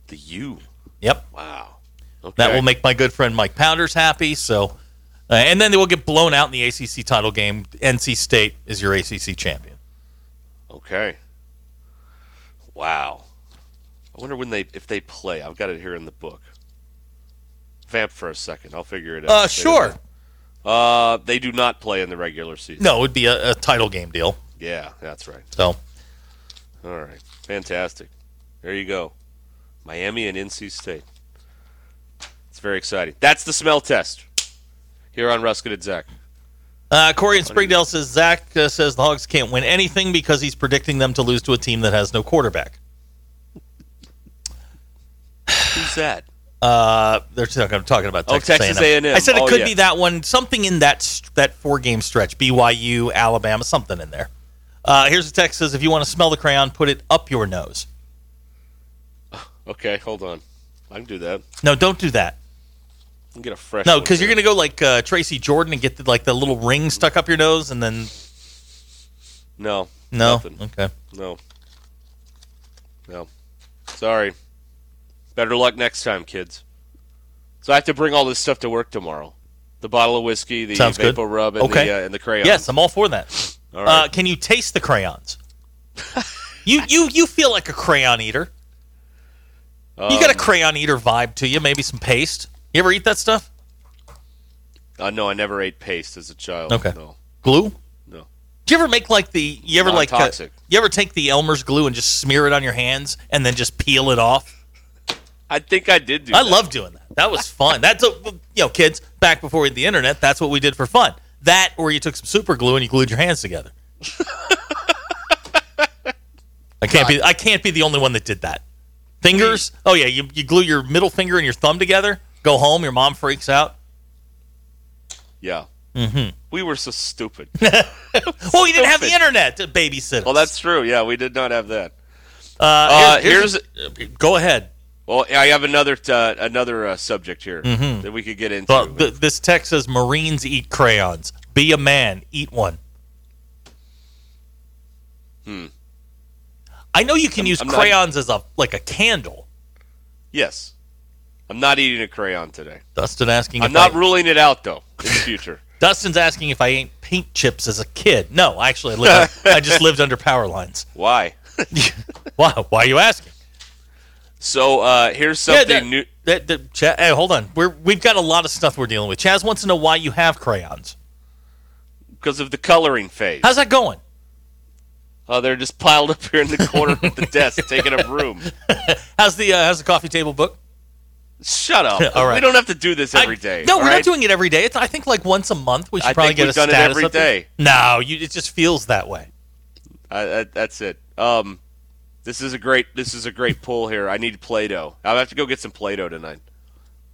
Speaker 2: The U.
Speaker 1: Yep,
Speaker 2: Wow. Okay.
Speaker 1: that will make my good friend Mike Pounders happy. So, uh, and then they will get blown out in the ACC title game. NC State is your ACC champion.
Speaker 2: Okay. Wow. I wonder when they if they play. I've got it here in the book. Vamp for a second. I'll figure it out.
Speaker 1: Uh,
Speaker 2: They-
Speaker 1: sure.
Speaker 2: Uh, they do not play in the regular season.
Speaker 1: No, it would be a, a title game deal.
Speaker 2: Yeah, that's right.
Speaker 1: So,
Speaker 2: All right. Fantastic. There you go. Miami and NC State. It's very exciting. That's the smell test. Here on Ruskin and Zach.
Speaker 1: uh, Corey in Springdale says Zach uh, says the Hogs can't win anything because he's predicting them to lose to a team that has no quarterback.
Speaker 2: Who's that?
Speaker 1: Uh, they're talking, I'm talking about
Speaker 2: Oh,
Speaker 1: Texas,
Speaker 2: Texas
Speaker 1: A&M.
Speaker 2: A&M.
Speaker 1: I said it
Speaker 2: Oh,
Speaker 1: could
Speaker 2: yeah.
Speaker 1: be that one, something in that st- that four game stretch, BYU, Alabama, something in there. Uh, here's a text says if you want to smell the crayon, put it up your nose.
Speaker 2: Okay, hold on. I can do that.
Speaker 1: No, don't do that.
Speaker 2: I can get a fresh.
Speaker 1: No,
Speaker 2: one
Speaker 1: because you're
Speaker 2: here.
Speaker 1: gonna go like uh, Tracy Jordan and get the, like the little ring stuck up your nose, and then
Speaker 2: No.
Speaker 1: no,
Speaker 2: Nothing.
Speaker 1: okay,
Speaker 2: No. No. Sorry. Better luck next time, kids. So I have to bring all this stuff to work tomorrow. The bottle of whiskey, the
Speaker 1: Sounds good.
Speaker 2: vapor rub, and,
Speaker 1: Okay.
Speaker 2: the, uh, and the crayon.
Speaker 1: Yes, I'm all for that.
Speaker 2: All right.
Speaker 1: uh, can you taste
Speaker 2: [laughs]
Speaker 1: the crayons? you you you feel like a crayon eater. uh, you
Speaker 2: Um.
Speaker 1: got a crayon eater vibe to you. Maybe some paste. You ever eat that stuff?
Speaker 2: Uh, no, I never ate paste as a child.
Speaker 1: Okay.
Speaker 2: No.
Speaker 1: Glue.
Speaker 2: No.
Speaker 1: Do you ever make like the you ever like uh,
Speaker 2: Non-toxic.
Speaker 1: you ever take the Elmer's glue and just smear it on your hands and then just peel it off?
Speaker 2: I think I did do
Speaker 1: I
Speaker 2: that.
Speaker 1: love doing that. That was fun. That's a you know, kids back before we had the internet. That's what we did for fun. That, or you took some super glue and you glued your
Speaker 2: [laughs]
Speaker 1: hands together. I can't be. I can't be the only one that did that. Fingers. Oh yeah, you, you glue your middle finger and your thumb together. Go home. Your mom freaks out.
Speaker 2: Yeah. Mm-hmm. We were so
Speaker 1: [laughs]
Speaker 2: stupid.
Speaker 1: Well, Oh, you didn't have the
Speaker 2: Stupid.
Speaker 1: internet to babysit.
Speaker 2: well, that's true. Yeah, we did not have that. uh,
Speaker 1: uh, here- go ahead.
Speaker 2: Well, I have another uh, another uh, subject here
Speaker 1: Mm-hmm.
Speaker 2: that we could get into.
Speaker 1: But th- this text says Marines eat crayons. Be a man, eat one. Hmm. I know you can use
Speaker 2: I'm not-
Speaker 1: crayons as a like a candle.
Speaker 2: yes, I'm not eating a crayon today.
Speaker 1: Dustin asking.
Speaker 2: I'm
Speaker 1: if
Speaker 2: not
Speaker 1: I-
Speaker 2: ruling it out though in the
Speaker 1: [laughs]
Speaker 2: future.
Speaker 1: Dustin's asking if I ate paint chips as a kid. No, actually, I, lived, I just lived under power lines.
Speaker 2: Why?
Speaker 1: Why? Why are you asking?
Speaker 2: So uh, here's something
Speaker 1: that-
Speaker 2: new.
Speaker 1: That, that, Chaz, hey, hold on. We're, we've got a lot of stuff we're dealing with. Chaz wants to know why you have crayons.
Speaker 2: because of the coloring phase.
Speaker 1: How's that going?
Speaker 2: Oh, they're just piled up here in the corner of
Speaker 1: [laughs]
Speaker 2: the desk, taking up room.
Speaker 1: How's the uh, how's the coffee table book?
Speaker 2: Shut up.
Speaker 1: All right.
Speaker 2: We don't have to do this every
Speaker 1: I-
Speaker 2: day.
Speaker 1: No,
Speaker 2: all
Speaker 1: we're
Speaker 2: right?
Speaker 1: not doing it every day. It's I think like once a month we should
Speaker 2: I
Speaker 1: probably
Speaker 2: think
Speaker 1: get
Speaker 2: we've
Speaker 1: a
Speaker 2: done it
Speaker 1: status
Speaker 2: every
Speaker 1: every day.
Speaker 2: day.
Speaker 1: No, you, it just feels that way.
Speaker 2: I, I, that's it. Um, this is a great. This is a great pull here. I need Play-Doh. I'll have to go get some Play-Doh tonight.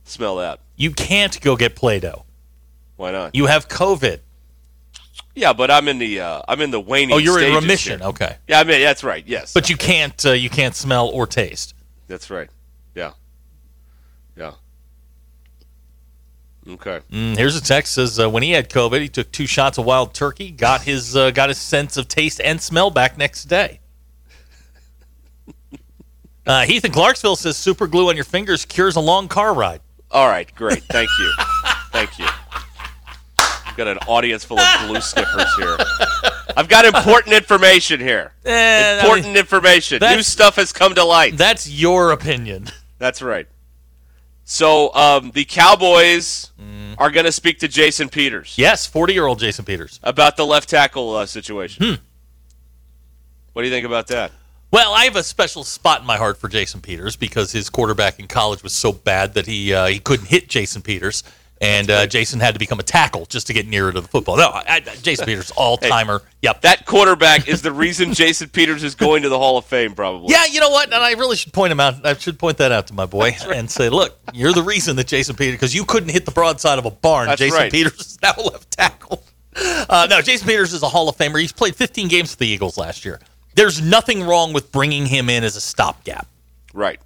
Speaker 2: Smell that.
Speaker 1: You can't go get Play-Doh.
Speaker 2: Why not?
Speaker 1: You have COVID.
Speaker 2: yeah, but I'm in the. Uh, I'm in the waning.
Speaker 1: Oh, you're in
Speaker 2: stages
Speaker 1: remission.
Speaker 2: here.
Speaker 1: Okay,
Speaker 2: Yeah, I mean that's right. Yes,
Speaker 1: but you can't uh, you can't smell or taste.
Speaker 2: that's right. Yeah, yeah. Okay.
Speaker 1: Mm, here's a text says uh, when he had COVID, he took two shots of wild turkey, got his uh, got his sense of taste and smell back next day. [laughs] Uh, Heath in Clarksville says super glue on your fingers cures a long car ride.
Speaker 2: All right. Great. Thank you. Thank you. I've got an audience full of glue sniffers here. I've got important information here.
Speaker 1: Eh, I mean,
Speaker 2: Important information. New
Speaker 1: that's-
Speaker 2: stuff has come to light.
Speaker 1: that's your opinion. [laughs]
Speaker 2: That's right. So um, the Cowboys are going to speak to Jason Peters
Speaker 1: Yes, forty year old Jason Peters.
Speaker 2: about the left tackle uh, situation. What do you think about that?
Speaker 1: Well, I have a special spot in my heart for Jason Peters because his quarterback in college was so bad that he uh, he couldn't hit Jason Peters, and uh, Jason had to become a tackle just to get nearer to the football. No, I, I,
Speaker 2: [laughs]
Speaker 1: Jason Peters all timer. yep.
Speaker 2: That quarterback is the reason Jason Peters is going to the Hall of Fame, probably.
Speaker 1: yeah, you know what? And I really should point him out. I should point that out to my boy and say, look, you're the reason that Jason Peters, because you couldn't hit the broadside of a barn.
Speaker 2: That's
Speaker 1: Jason
Speaker 2: right.
Speaker 1: Peters is now left tackle. Uh, no, Jason Peters is a Hall of Famer. He's played 15 games for the Eagles last year. There's nothing wrong with bringing him in as a stopgap.
Speaker 2: Right.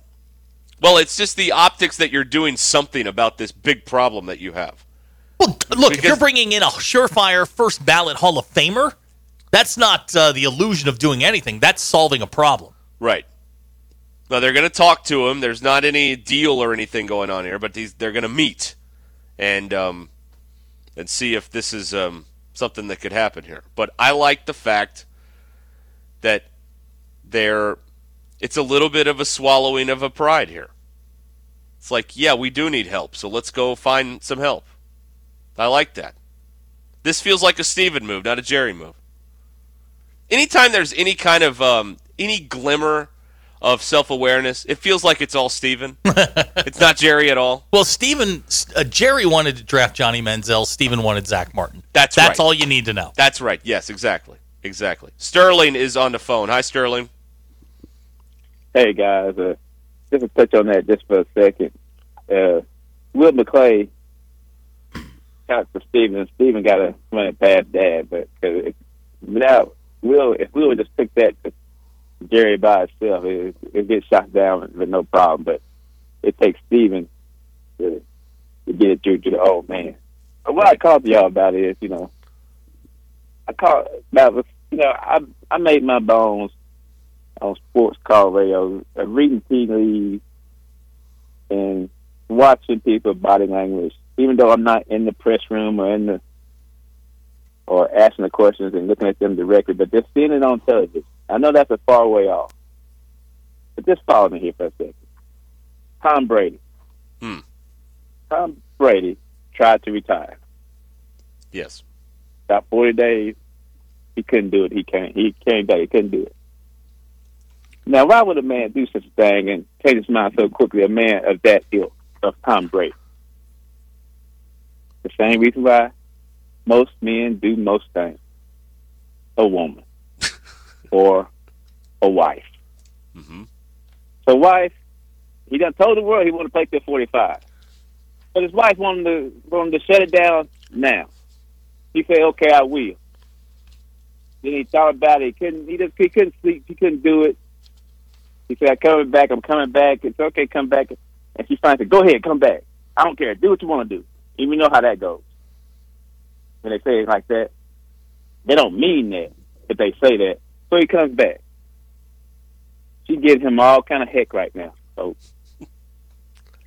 Speaker 2: Well, it's just the optics that you're doing something about this big problem that you have.
Speaker 1: Well, t- look, if
Speaker 2: Because-
Speaker 1: you're bringing in a surefire first ballot Hall of Famer, that's not uh, the illusion of doing anything. That's solving a problem.
Speaker 2: Right. Now they're going to talk to him. There's not any deal or anything going on here, but these, they're going to meet and um, and see if this is um, something that could happen here. But I like the fact that they're it's a little bit of a swallowing of a pride here. It's like, yeah, we do need help, so let's go find some help. I like that. This feels like a Steven move, not a Jerry move anytime there's any kind of um, any glimmer of self-awareness, it feels like it's all
Speaker 1: [laughs]
Speaker 2: Steven. it's not Jerry at all.
Speaker 1: Well, Steven, uh, Jerry wanted to draft Johnny Manziel. Steven wanted Zach Martin.
Speaker 2: That's
Speaker 1: that's
Speaker 2: right.
Speaker 1: all you need to know.
Speaker 2: That's right. Yes, exactly. Exactly. Sterling is on the phone. Hi, Sterling.
Speaker 10: Hey guys, uh, just to touch on that just for a second. Uh, Will McClay got for Steven. Steven got a run it past Dad, but cause if, without Will, if Will would just pick that Jerry by itself, it, it gets shot down with no problem. But it takes Steven to, to get it through to the old man. But what I called y'all about is, you know, I called about you know I I made my bones on sports call radio, uh, reading tea leaves and watching people body language, even though I'm not in the press room or in the or asking the questions and looking at them directly, but just seeing it on television. I know that's a far way off, but just follow me here for a second. Tom Brady.
Speaker 2: Hmm.
Speaker 10: Tom Brady tried to retire.
Speaker 2: Yes.
Speaker 10: About forty days, he couldn't do it. He came. He came back. He couldn't do it. Now, why would a man do such a thing and change his mind so quickly? A man of that ilk, of Tom Brady. The same reason why most men do most things. A woman or a wife.
Speaker 2: Mm-hmm.
Speaker 10: So, wife, he done told the world he wanted to play till forty-five, but his wife wanted to wanted to shut it down now. He said, "Okay, I will." Then he thought about it. He couldn't. He just he couldn't sleep. He couldn't do it. He said, "I'm coming back. I'm coming back. It's okay. Come back." And she finally said, "Go ahead. Come back. I don't care. Do what you want to do." And we know how that goes. When they say it like that, they don't mean that. If they say that, so he comes back. She gives him all kind of heck right now. So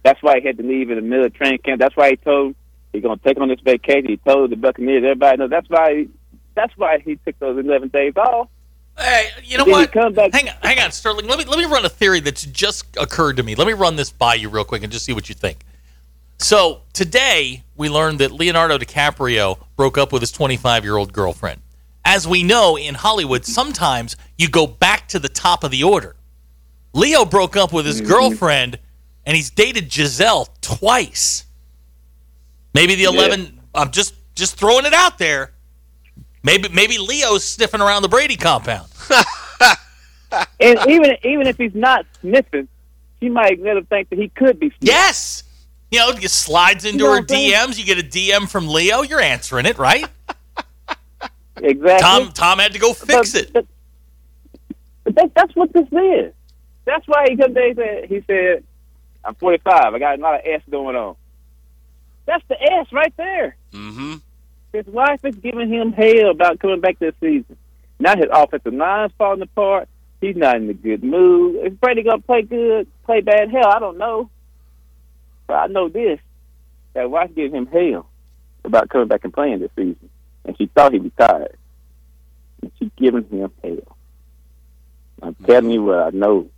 Speaker 10: that's why he had to leave in the middle of training camp. That's why he told he's going to take on this vacation. He told the Buccaneers, everybody knows. That's why. He, that's why he took those eleven days off.
Speaker 1: Hey, you know
Speaker 10: Then he
Speaker 1: what?
Speaker 10: comes back-
Speaker 1: Hang on, hang on, Sterling. Let me let me run a theory that's just occurred to me. Let me run this by you real quick and just see what you think. So today we learned that Leonardo DiCaprio broke up with his 25 year old girlfriend. As we know in Hollywood, sometimes you go back to the top of the order. Leo broke up with his girlfriend, and he's dated Giselle twice. Maybe the 11. I'm just just throwing it out there. Maybe maybe Leo's sniffing around the Brady compound.
Speaker 10: And even even if he's not sniffing, she might let him think that he could be. Sniffing.
Speaker 1: Yes. You know, it just slides into
Speaker 10: You know
Speaker 1: her
Speaker 10: what I'm saying?
Speaker 1: DMs. You get a DM from Leo. You're answering it, right?
Speaker 10: exactly.
Speaker 1: Tom Tom had to go fix
Speaker 10: But-
Speaker 1: it.
Speaker 10: But, but that, that's what this is. That's why he come there. He said, he said, "I'm 45. I got a lot of S going on." That's the S right there.
Speaker 2: Mm-hmm.
Speaker 10: His wife is giving him hell about coming back this season. Now his offensive line's falling apart. He's not in a good mood. Is Brady gonna play good, play bad? Hell, I don't know. But I know this: that wife gave him hell about coming back and playing this season, and she thought he retired. And she giving him hell. I'm
Speaker 2: Mm-hmm.
Speaker 10: telling you what I know.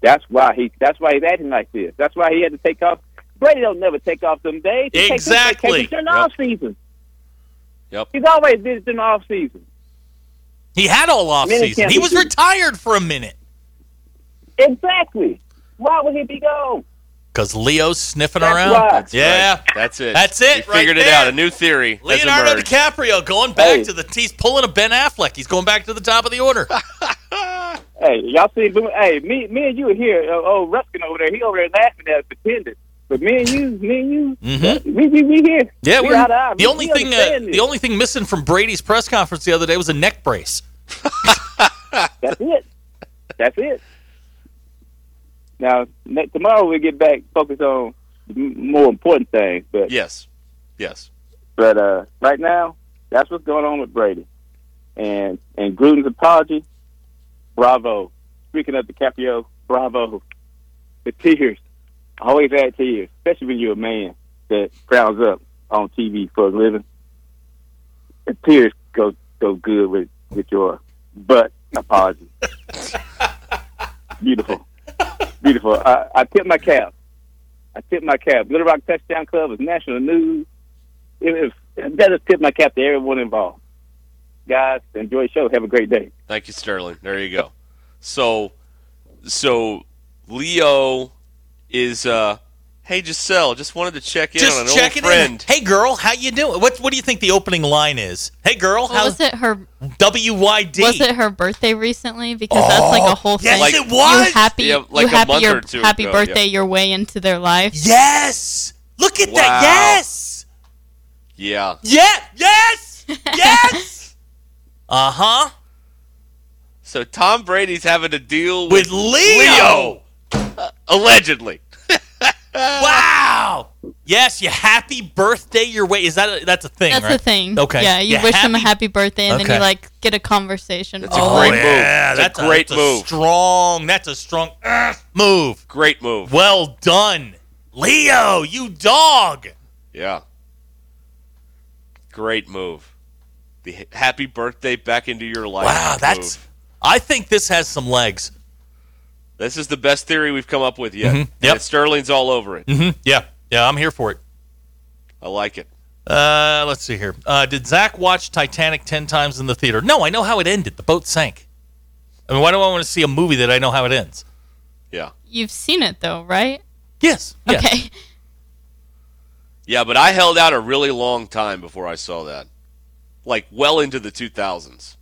Speaker 10: That's why he. That's why he's acting like this. That's why he had to take off. Brady don't never take off them days. He takes his
Speaker 1: Exactly.
Speaker 10: vacations during the
Speaker 2: Yep.
Speaker 10: off season.
Speaker 2: Yep.
Speaker 10: He's always did it during the off season.
Speaker 1: He had all off
Speaker 10: Minute
Speaker 1: season.
Speaker 10: can't
Speaker 1: He
Speaker 10: be
Speaker 1: was
Speaker 10: beat.
Speaker 1: retired for a minute
Speaker 10: Exactly. Why would he be gone?
Speaker 1: because Leo's sniffing
Speaker 10: That's
Speaker 1: around.
Speaker 10: why.
Speaker 2: That's
Speaker 1: yeah.
Speaker 2: right. That's it.
Speaker 1: That's it
Speaker 2: You
Speaker 1: right
Speaker 2: figured it
Speaker 1: there.
Speaker 2: out. A new theory has
Speaker 1: Leonardo
Speaker 2: emerged.
Speaker 1: DiCaprio going back
Speaker 10: Hey.
Speaker 1: to the. He's pulling a Ben Affleck. He's going back to the top of the
Speaker 10: [laughs]
Speaker 1: order.
Speaker 10: Hey, y'all see? Hey, me, me and you are here. Uh, oh, Ruskin over there. He over there laughing at us, pretending. But me and you, me and you,
Speaker 1: Mhm.
Speaker 10: we, we, we here.
Speaker 1: Yeah,
Speaker 10: we
Speaker 1: we're,
Speaker 10: eye to eye.
Speaker 1: the
Speaker 10: We-
Speaker 1: only
Speaker 10: we
Speaker 1: thing uh,
Speaker 10: understand this.
Speaker 1: the only thing missing from Brady's press conference the other day was a neck brace.
Speaker 10: That's it. That's it. Now, ne- tomorrow we get back focus on m- more important things. But
Speaker 2: Yes. Yes.
Speaker 10: But uh, right now, that's what's going on with Brady. And and Gruden's apology, bravo. Speaking of DiCaprio, bravo. The tears. I always add tears, especially when you're a man that frowns up on TV for a living. The tears go go good with, with your butt apology. Beautiful. Beautiful. I, I tip my cap. I tip my cap. Little Rock Touchdown Club is national news it was, that just tip my cap to everyone involved. Guys, enjoy the show. Have a great day.
Speaker 2: Thank you, Sterling. There you go. So, so Leo is. uh Hey, Giselle. Just wanted to check in on an
Speaker 1: Just
Speaker 2: old
Speaker 1: checking
Speaker 2: friend.
Speaker 1: in. Hey girl, how you doing? What what do you think the opening line is? Hey girl,
Speaker 4: Well,
Speaker 1: how's
Speaker 4: was it her?
Speaker 1: WYD?
Speaker 4: Was it her birthday recently? Because that's like a whole
Speaker 1: Oh, yes,
Speaker 4: thing.
Speaker 1: it was!
Speaker 4: You happy?
Speaker 2: Yeah, like
Speaker 4: you
Speaker 2: a
Speaker 4: happy?
Speaker 2: month
Speaker 4: Your
Speaker 2: or two
Speaker 4: happy
Speaker 2: ago,
Speaker 4: birthday. Your way into their life.
Speaker 1: Yes. Look at
Speaker 2: Wow.
Speaker 1: that. Yes.
Speaker 2: Yeah.
Speaker 1: Yeah.
Speaker 4: [laughs]
Speaker 1: Yes. Yes. uh huh.
Speaker 2: So Tom Brady's having to deal with,
Speaker 1: With Leo.
Speaker 2: Uh, Leo, allegedly.
Speaker 1: Wow. Yes, you happy birthday your way. Is that a, that's a thing?
Speaker 4: That's
Speaker 1: right?
Speaker 4: the thing.
Speaker 1: Okay.
Speaker 4: Yeah, you
Speaker 1: Yeah,
Speaker 4: wish them a
Speaker 1: happy-
Speaker 4: happy birthday, and
Speaker 1: Okay.
Speaker 4: then you like get a conversation. Oh,
Speaker 2: That's a great move.
Speaker 1: Oh, Yeah,
Speaker 2: It's a
Speaker 1: that's
Speaker 2: great
Speaker 1: that's
Speaker 2: move.
Speaker 1: strong. That's a strong uh, move.
Speaker 2: Great move.
Speaker 1: Well done, Leo. You dog.
Speaker 2: Yeah. Great move. The h- happy birthday back into your life.
Speaker 1: Wow, that's.
Speaker 2: move.
Speaker 1: I think this has some legs.
Speaker 2: This is the best theory we've come up with yet.
Speaker 1: Mhm.
Speaker 2: And
Speaker 1: Yep.
Speaker 2: it's Sterling's all over it.
Speaker 1: Mm-hmm. Yeah, yeah, I'm here for it. Mm-hmm.
Speaker 2: I like it.
Speaker 1: Uh, let's see here. Uh, did Zach watch Titanic ten times in the theater? No, I know how it ended. The boat sank. I mean, why do I want to see a movie that I know how it ends?
Speaker 2: Yeah.
Speaker 4: You've seen it though, right?
Speaker 1: Yes. yes.
Speaker 4: Okay.
Speaker 2: Yeah, but I held out a really long time before I saw that. Like well into the 2000s.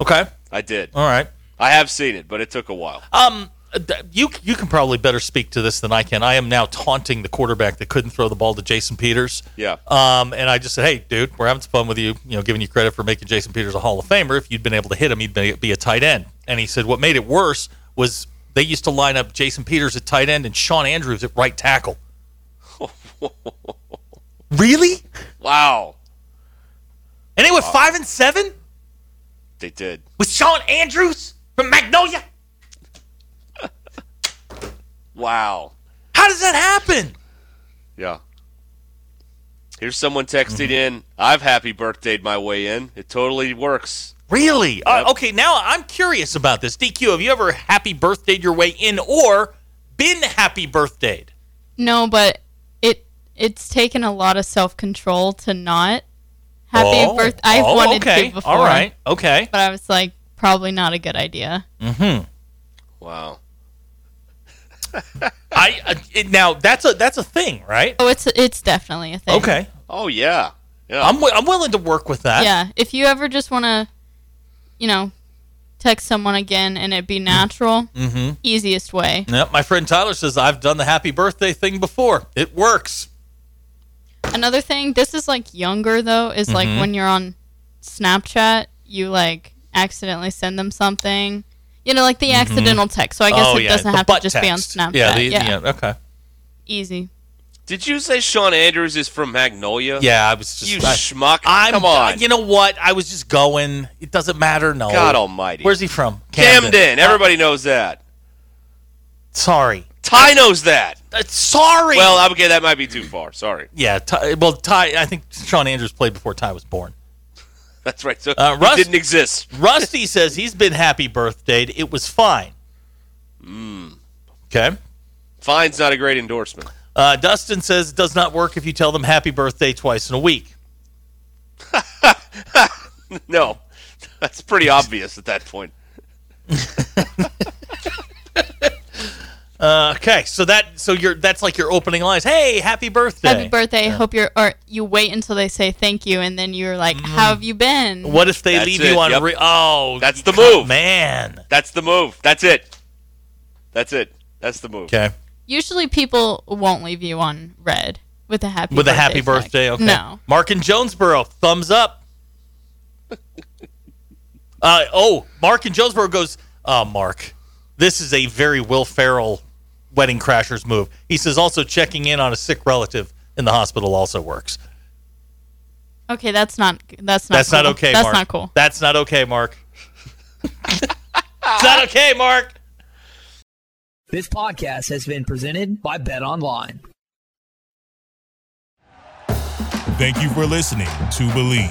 Speaker 1: Okay.
Speaker 2: I did.
Speaker 1: All right.
Speaker 2: I have seen it, but it took a while.
Speaker 1: Um, d- you you can probably better speak to this than I can. I am now taunting the quarterback that couldn't throw the ball to Jason Peters.
Speaker 2: Yeah.
Speaker 1: Um, and I just said, hey, dude, we're having some fun with you. You know, giving you credit for making Jason Peters a Hall of Famer. If you'd been able to hit him, he'd be be a tight end. And he said, what made it worse was they used to line up Jason Peters at tight end and Sean Andrews at right tackle. really?
Speaker 2: Wow.
Speaker 1: And they went five and seven
Speaker 2: They did.
Speaker 1: with Sean Andrews from Magnolia.
Speaker 2: [laughs] Wow.
Speaker 1: How does that happen?
Speaker 2: Yeah. Here's someone texted
Speaker 1: Mm-hmm.
Speaker 2: in. I've happy birthdayed my way in. It totally works.
Speaker 1: Really? Uh, okay, now I'm curious about this. DQ, have you ever happy birthdayed your way in or been happy birthdayed?
Speaker 4: No, but it it's taken a lot of self control to not happy
Speaker 1: Oh,
Speaker 4: birth. I've
Speaker 1: oh,
Speaker 4: wanted
Speaker 1: okay.
Speaker 4: to before,
Speaker 1: All right. Okay.
Speaker 4: but I was like, probably not a good idea.
Speaker 2: Wow.
Speaker 1: I uh, it, now that's a that's a thing, right?
Speaker 4: Oh, it's it's definitely a thing.
Speaker 1: Okay.
Speaker 2: Oh yeah. Yeah.
Speaker 1: I'm wi- I'm willing to work with that.
Speaker 4: Yeah, if you ever just want to, you know, text someone again and it be natural, mm-hmm. easiest way.
Speaker 1: Yep, my friend Tyler says I've done the happy birthday thing before. It works.
Speaker 4: Another thing, this is like younger though, is like
Speaker 1: Mm-hmm.
Speaker 4: when you're on Snapchat, you like accidentally send them something. You know, like the accidental text. So I guess
Speaker 1: Mm-hmm. oh
Speaker 4: it
Speaker 1: yeah,
Speaker 4: doesn't
Speaker 1: the
Speaker 4: have to
Speaker 1: butt
Speaker 4: just be on
Speaker 1: text.
Speaker 4: Snapchat.
Speaker 1: Yeah, the, yeah, okay.
Speaker 4: easy.
Speaker 2: Did you say Sean Andrews is from Magnolia?
Speaker 1: Yeah, I was just
Speaker 2: You
Speaker 1: I,
Speaker 2: schmuck.
Speaker 1: I'm
Speaker 2: Come on.
Speaker 1: You know what? I was just going. It doesn't matter. No.
Speaker 2: God almighty.
Speaker 1: Where's he from?
Speaker 2: Camden? Everybody knows that.
Speaker 1: Sorry.
Speaker 2: Ty knows that.
Speaker 1: Uh, sorry.
Speaker 2: Well, okay, that might be too far. Sorry.
Speaker 1: Yeah, Ty, well, Ty. I think Sean Andrews played before Ty was born.
Speaker 2: [laughs] That's right. So
Speaker 1: Uh,
Speaker 2: it
Speaker 1: Russ-
Speaker 2: didn't exist. [laughs]
Speaker 1: Rusty says he's been happy birthdayed. It was fine.
Speaker 2: Hmm.
Speaker 1: Okay.
Speaker 2: Fine's not a great endorsement.
Speaker 1: Uh, Dustin says it does not work if you tell them happy birthday twice in a week.
Speaker 2: No. [laughs] That's pretty obvious at that point.
Speaker 1: Uh, okay, so that so you're that's like your opening lines. Hey, happy birthday.
Speaker 4: Happy birthday. Hope you're or you wait until they say thank you and then you're like,
Speaker 1: Mm-hmm.
Speaker 4: How have you been?
Speaker 1: What if they
Speaker 2: That's
Speaker 1: leave
Speaker 2: it,
Speaker 1: you on?
Speaker 2: yep.
Speaker 1: Re- oh,
Speaker 2: That's
Speaker 1: you
Speaker 2: the
Speaker 1: come-
Speaker 2: move.
Speaker 1: man.
Speaker 2: That's the move. That's it. That's it. That's the move.
Speaker 1: Okay.
Speaker 4: Usually people won't leave you on red with a happy
Speaker 1: With a
Speaker 4: birthday
Speaker 1: happy
Speaker 4: flag.
Speaker 1: birthday. Okay.
Speaker 4: No.
Speaker 1: Mark in Jonesboro, thumbs up. [laughs] uh, oh, Mark in Jonesboro goes, oh, Mark, this is a very Will Ferrell wedding crashers move. He says also checking in on a sick relative in the hospital also works.
Speaker 4: Okay, that's not that's not
Speaker 1: That's not
Speaker 4: cool.
Speaker 1: okay,
Speaker 4: That's
Speaker 1: Mark.
Speaker 4: not cool.
Speaker 1: That's not okay, Mark. [laughs] it's not okay, Mark.
Speaker 5: This podcast has been presented by Bet Online.
Speaker 11: Thank you for listening to Believe.